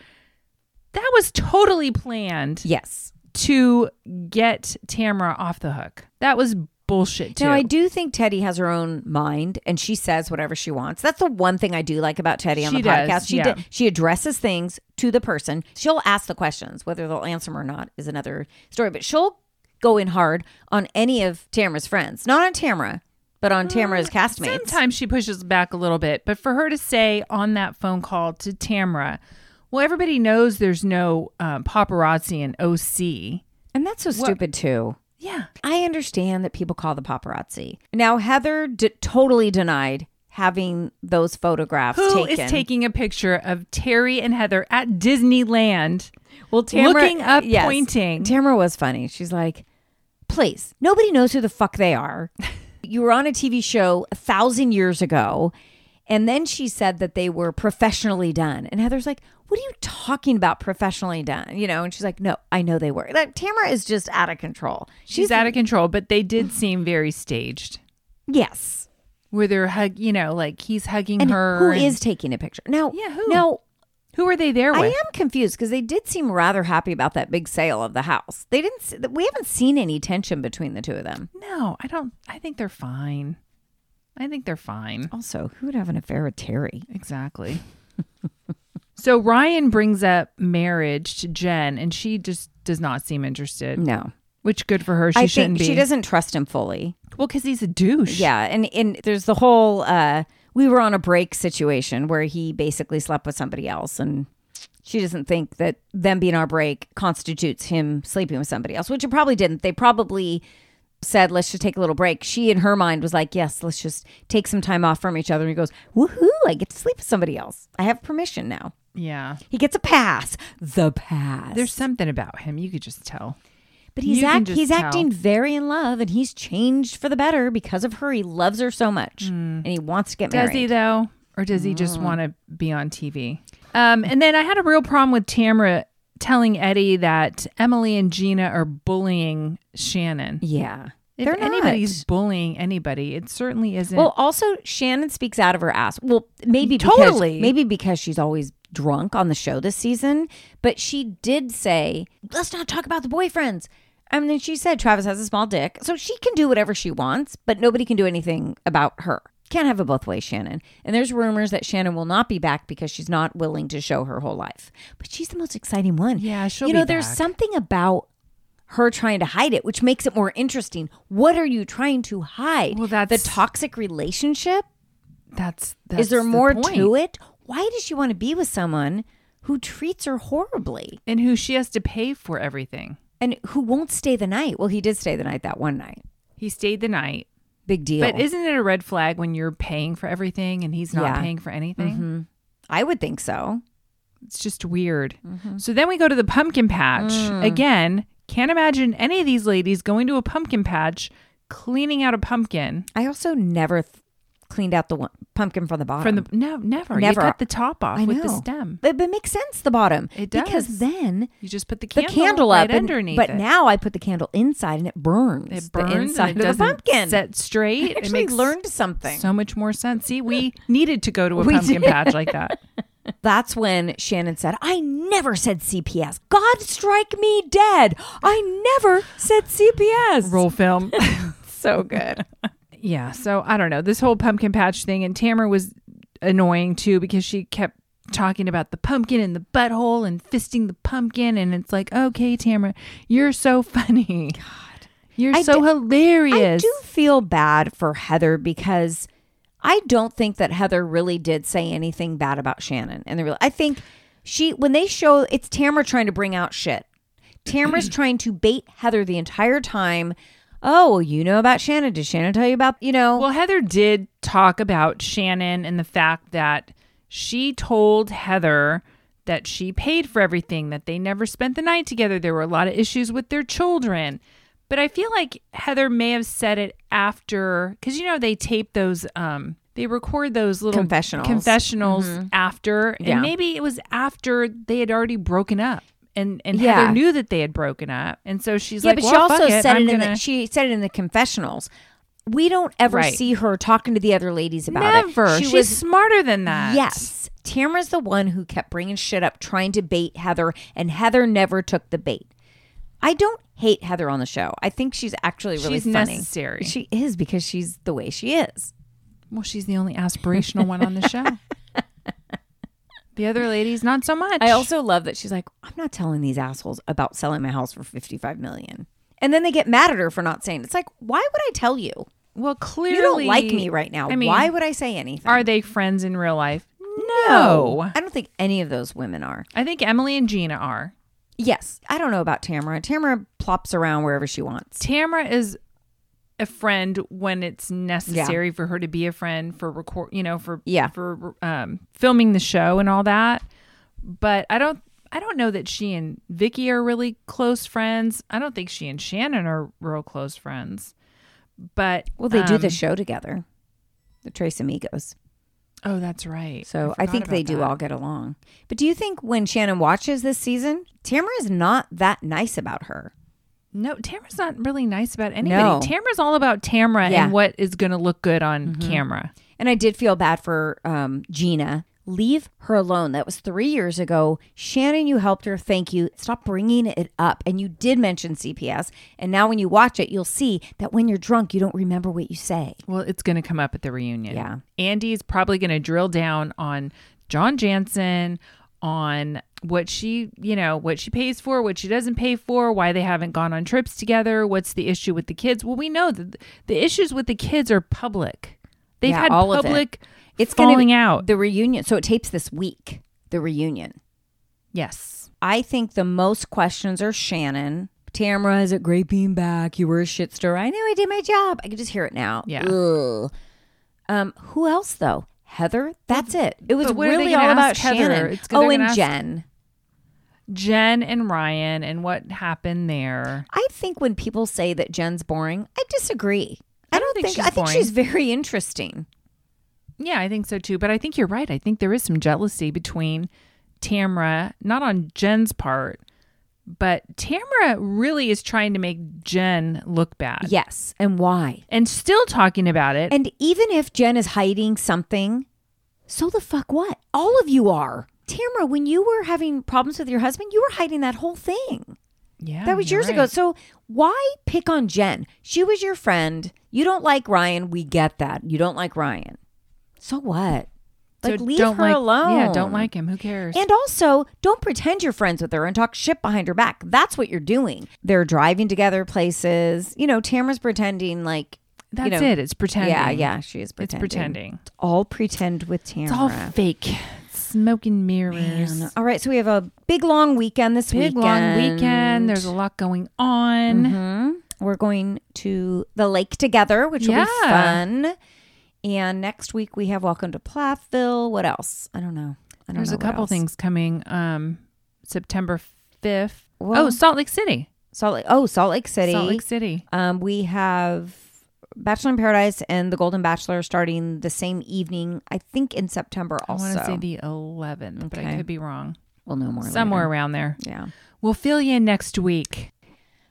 C: That was totally planned
B: Yes.
C: to get Tamara off the hook. That was bullshit, too.
B: Now I do think Teddy has her own mind and she says whatever she wants. That's the one thing I do like about Teddy on
C: She
B: the
C: does,
B: podcast. She
C: yeah.
B: did, she addresses things to the person. She'll ask the questions, whether they'll answer them or not is another story. But she'll go in hard on any of Tamara's friends. Not on Tamara, but on Tamara's castmates.
C: Mm, Sometimes she pushes back a little bit, but for her to say on that phone call to Tamra, well, everybody knows there's no um, paparazzi in OC.
B: And that's so stupid too.
C: Yeah.
B: I understand that people call the paparazzi. Now Heather d- totally denied having those photographs
C: who is
B: taken.
C: taking a picture of Terry and Heather at Disneyland?
B: Well, Tamara,
C: Looking up, pointing.
B: Tamara was funny. She's like, please, nobody knows who the fuck they are. you were on a TV show a thousand years ago. And then she said that they were professionally done. And Heather's like, what are you talking about professionally done? You know, and she's like, no, I know they were. Like, Tamara is just out of control.
C: She's out of control, but they did seem very staged.
B: Yes.
C: Where they're hug, you know, like he's hugging
B: And
C: her.
B: who
C: and-
B: is taking a picture? Now,
C: Yeah, who?
B: now
C: Who are they there
B: I
C: with?
B: am confused because they did seem rather happy about that big sale of the house. They didn't, s- we haven't seen any tension between the two of them.
C: no, I don't. I think they're fine. I think they're fine.
B: Also, who would have an affair with Terry?
C: Exactly. so Ryan brings up marriage to Jen, and she just does not seem interested.
B: No.
C: Which good for her. She
B: I
C: shouldn't
B: think
C: be.
B: she doesn't trust him fully.
C: Well, because he's a douche.
B: Yeah, and and there's the whole uh we were on a break situation where he basically slept with somebody else and she doesn't think that them being our break constitutes him sleeping with somebody else, which it probably didn't. They probably said, let's just take a little break. She, in her mind, was like, yes, let's just take some time off from each other. And he goes, woohoo, I get to sleep with somebody else. I have permission now.
C: Yeah.
B: He gets a pass. The pass.
C: There's something about him. You could just tell.
B: But he's
C: You can
B: act,
C: just
B: he's
C: tell.
B: acting very in love, and he's changed for the better because of her. He loves her so much, and he wants to get
C: Hmm. Does
B: married. Mm.
C: he though, or does he just want to be on TV? Um, and then I had a real problem with Tamara telling Eddie that Emily and Gina are bullying Shannon.
B: yeah,
C: If
B: they're not.
C: anybody's bullying anybody, it certainly isn't.
B: well, also Shannon speaks out of her ass. Well, maybe
C: Totally.
B: because, maybe because she's always drunk on the show this season. But she did say, "Let's not talk about the boyfriends." And then she said, "Travis has a small dick, so she can do whatever she wants, but nobody can do anything about her." Can't have it both ways, Shannon. And there's rumors that Shannon will not be back because she's not willing to show her whole life. But she's the most exciting one.
C: Yeah, she'll
B: You know,
C: be
B: there's
C: back.
B: something about her trying to hide it, which makes it more interesting. What are you trying to hide?
C: Well,
B: the
C: that's-
B: toxic relationship.
C: that's, that's
B: Is there
C: the
B: more
C: point.
B: to it? Why does she want to be with someone who treats her horribly
C: and who she has to pay for everything.
B: and who won't stay the night? Well, he did stay the night that one night.
C: He stayed the night,
B: Big deal.
C: but isn't it a red flag when you're paying for everything and he's not
B: Yeah.
C: paying for anything?
B: I would think so.
C: It's just weird.
B: Mm-hmm.
C: So then we go to the pumpkin patch.
B: Mm.
C: Again, can't imagine any of these ladies going to a pumpkin patch, cleaning out a pumpkin.
B: I also never th- cleaned out the one, pumpkin from the bottom.
C: From the no, never.
B: Never.
C: You cut the top off
B: I
C: with the
B: know.
C: stem.
B: But, but it makes sense, the bottom.
C: It does.
B: Because then
C: You just put the
B: the
C: candle,
B: candle,
C: right
B: up and-
C: underneath.
B: But
C: it.
B: now I put the candle inside and it burns.
C: it
B: the
C: burns
B: inside
C: and it
B: of the
C: doesn't
B: pumpkin.
C: set
B: I
C: straight.
B: actually
C: it makes
B: learned something.
C: so much more sense. See, we needed to go to a
B: We
C: pumpkin
B: did.
C: patch like that.
B: That's when Shannon said, I never said CPS. God strike me dead. I never said CPS.
C: Roll film.
B: So good.
C: yeah. So I don't know this whole pumpkin patch thing, and Tamara was annoying too because she kept talking about the pumpkin and the butthole and fisting the pumpkin, and it's like, okay, Tamara, you're so funny. God, you're
B: I d-
C: so
B: I
C: hilarious.
B: do feel bad for Heather because I don't think that Heather really did say anything bad about Shannon. And the real, I think she when they show it's Tamara trying to bring out shit. Tamara's trying to bait Heather the entire time. Oh, well, you know about Shannon. Did Shannon tell you about you know?
C: Well, Heather did talk about Shannon and the fact that she told Heather that she paid for everything, that they never spent the night together. There were a lot of issues with their children. But I feel like Heather may have said it after, because you know, they tape those, um, they record those little
B: Confessionals. Mm-hmm.
C: confessionals after. And
B: Yeah.
C: maybe it was after they had already broken up. And, and
B: Yeah.
C: Heather knew that they had broken up. And so she's
B: yeah,
C: like,
B: but she
C: well,
B: also
C: fuck it.
B: said
C: I'm
B: it in
C: gonna-
B: the she said it in the confessionals. We don't ever
C: Right.
B: see her talking to the other ladies about it.
C: Never.
B: She
C: she's
B: was
C: smarter than that.
B: Yes. Tamara's the one who kept bringing shit up, trying to bait Heather, and Heather never took the bait. I don't hate Heather on the show. I think she's actually really
C: She's
B: funny.
C: necessary.
B: She is because she's the way she is.
C: Well, she's the only aspirational one on the show. the other ladies, not so much.
B: I also love that she's like, I'm not telling these assholes about selling my house for 55 million. And then they get mad at her for not saying. it. It's like, why would I tell you?
C: well clearly
B: You don't like me right now.
C: I mean,
B: why would I say anything?
C: are they friends in real life?
B: no. I don't think any of those women are.
C: I think Emily and Gina are.
B: Yes. I don't know about Tamara. Tamara plops around wherever she wants.
C: Tamara is a friend when it's necessary for her to be a friend for record, you know, for
B: Yeah.
C: for um, filming the show and all that. But I don't. I don't know that she and Vicky are really close friends. I don't think she and Shannon are real close friends. But
B: Well, they do the
C: um,
B: show together, the Trace Amigos.
C: Oh, that's right.
B: So I,
C: forgot
B: think they
C: about
B: do
C: that.
B: all get along. But do you think when Shannon watches this season, Tamara is not that nice about her?
C: No, Tamara's not really nice about anybody.
B: No.
C: Tamara's all about Tamara
B: Yeah. Mm-hmm.
C: and what is going to look good on camera.
B: And I did feel bad for um, Gina. Leave her alone. That was three years ago. Shannon, you helped her. Thank you. Stop bringing it up. And you did mention CPS. And now when you watch it, you'll see that when you're drunk, you don't remember what you say.
C: Well, it's going to come up at the reunion.
B: Yeah.
C: Andy's probably going to drill down on John Jansen, on what she, you know, what she pays for, what she doesn't pay for, why they haven't gone on trips together, what's the issue with the kids. Well, we know that the issues with the kids are public. They've
B: Yeah,
C: had
B: all of it.
C: public
B: It's gonna-
C: falling out.
B: The reunion. So it tapes this week, the reunion.
C: yes.
B: I think the most questions are Shannon. Tamara, is it great being back? You were a shit stir. I knew I did my job. I can just hear it now.
C: Yeah.
B: Ugh. Um, who else though? Heather. That's it. It was
C: but what are they
B: really
C: gonna
B: all about
C: ask Heather?
B: Shannon.
C: It's- they're
B: oh,
C: gonna
B: and
C: ask-
B: Jen.
C: Jen and Ryan and what happened there.
B: I think when people say that Jen's boring, I disagree. I, don't,
C: think
B: think,
C: she's
B: I think
C: boring.
B: she's very interesting.
C: Yeah, I think so too. But I think you're right. I think there is some jealousy between Tamara, not on Jen's part, but Tamara really is trying to make Jen look bad.
B: Yes. And why?
C: And still talking about it.
B: And even if Jen is hiding something, so the fuck what? All of you are. Tamara, when you were having problems with your husband, you were hiding that whole thing.
C: yeah.
B: That was
C: Oh, you're
B: years ago.
C: right.
B: So why pick on Jen? She was your friend. You don't like Ryan. We get that. You don't like Ryan. So what?
C: So
B: Like leave
C: don't
B: her
C: like-
B: alone.
C: Yeah, don't like him. Who cares?
B: And also, don't pretend you're friends with her and talk shit behind her back. That's what you're doing. They're driving together places. You know, Tamara's pretending like
C: That's
B: you know-
C: it. It's pretending.
B: Yeah, yeah, she is
C: It's
B: pretending.
C: pretending.
B: It's all pretend with Tamara.
C: It's all fake. Smoke and mirrors.
B: all right, so we have a big long weekend this
C: Big
B: weekend.
C: long weekend. There's a lot going on.
B: Mhm. We're going to the lake together, which will be
C: Yeah.
B: fun. And next week we have Welcome to Plathville. What else? I don't know. I don't
C: There's
B: know
C: a
B: what
C: couple
B: else.
C: things coming um September 5th. oh,
B: Well-
C: Salt Lake City.
B: Salt Lake. Oh, Salt Lake City.
C: Salt Lake City.
B: Um, we have Bachelor in Paradise and The Golden Bachelor starting the same evening, I think in September
C: I
B: also.
C: want to say the 11th, but I
B: Okay.
C: could be wrong.
B: we'll know more
C: Somewhere
B: later.
C: around there.
B: Yeah.
C: We'll fill you in next week.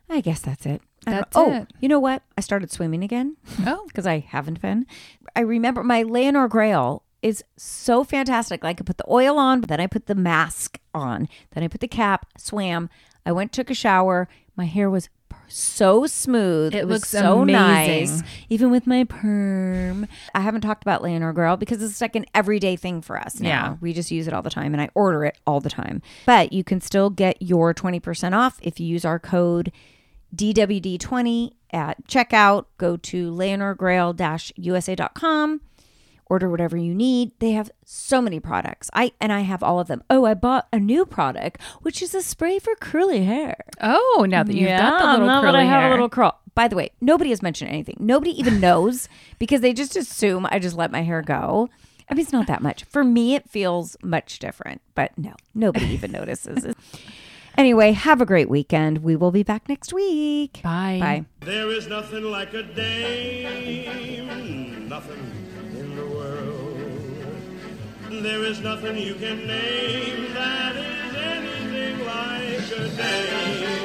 B: I guess that's it. I don't-
C: That's
B: oh,
C: it.
B: you know what? I started swimming again
C: Oh,
B: because I haven't been. I remember my Leonor Grail is so fantastic. Like I put the oil on, but then I put the mask on, then I put the cap, swam. I went, took a shower. My hair was per- so smooth.
C: It
B: was
C: looks
B: so nice,
C: amazing.
B: even with my perm. I haven't talked about Leonor Grail because it's like an everyday thing for us now.
C: Yeah.
B: We just use it all the time and I order it all the time. But you can still get your 20% off if you use our code DWD20 at checkout. Go to leonorgrail usa.com, order whatever you need. They have so many products. I and I have all of them. Oh, I bought a new product, which is a spray for curly hair.
C: oh! Now that you've got the little
B: now that
C: curly
B: I have a
C: hair.
B: little curl. By the way, nobody has mentioned anything. Nobody even knows because they just assume I just let my hair go. I mean, it's not that much. For me, it feels much different, but no, nobody even notices. Anyway, have a great weekend. We will be back next week.
C: Bye.
B: Bye.
D: There is nothing like a dame, nothing in the world. There is nothing you can name that is anything like a dame.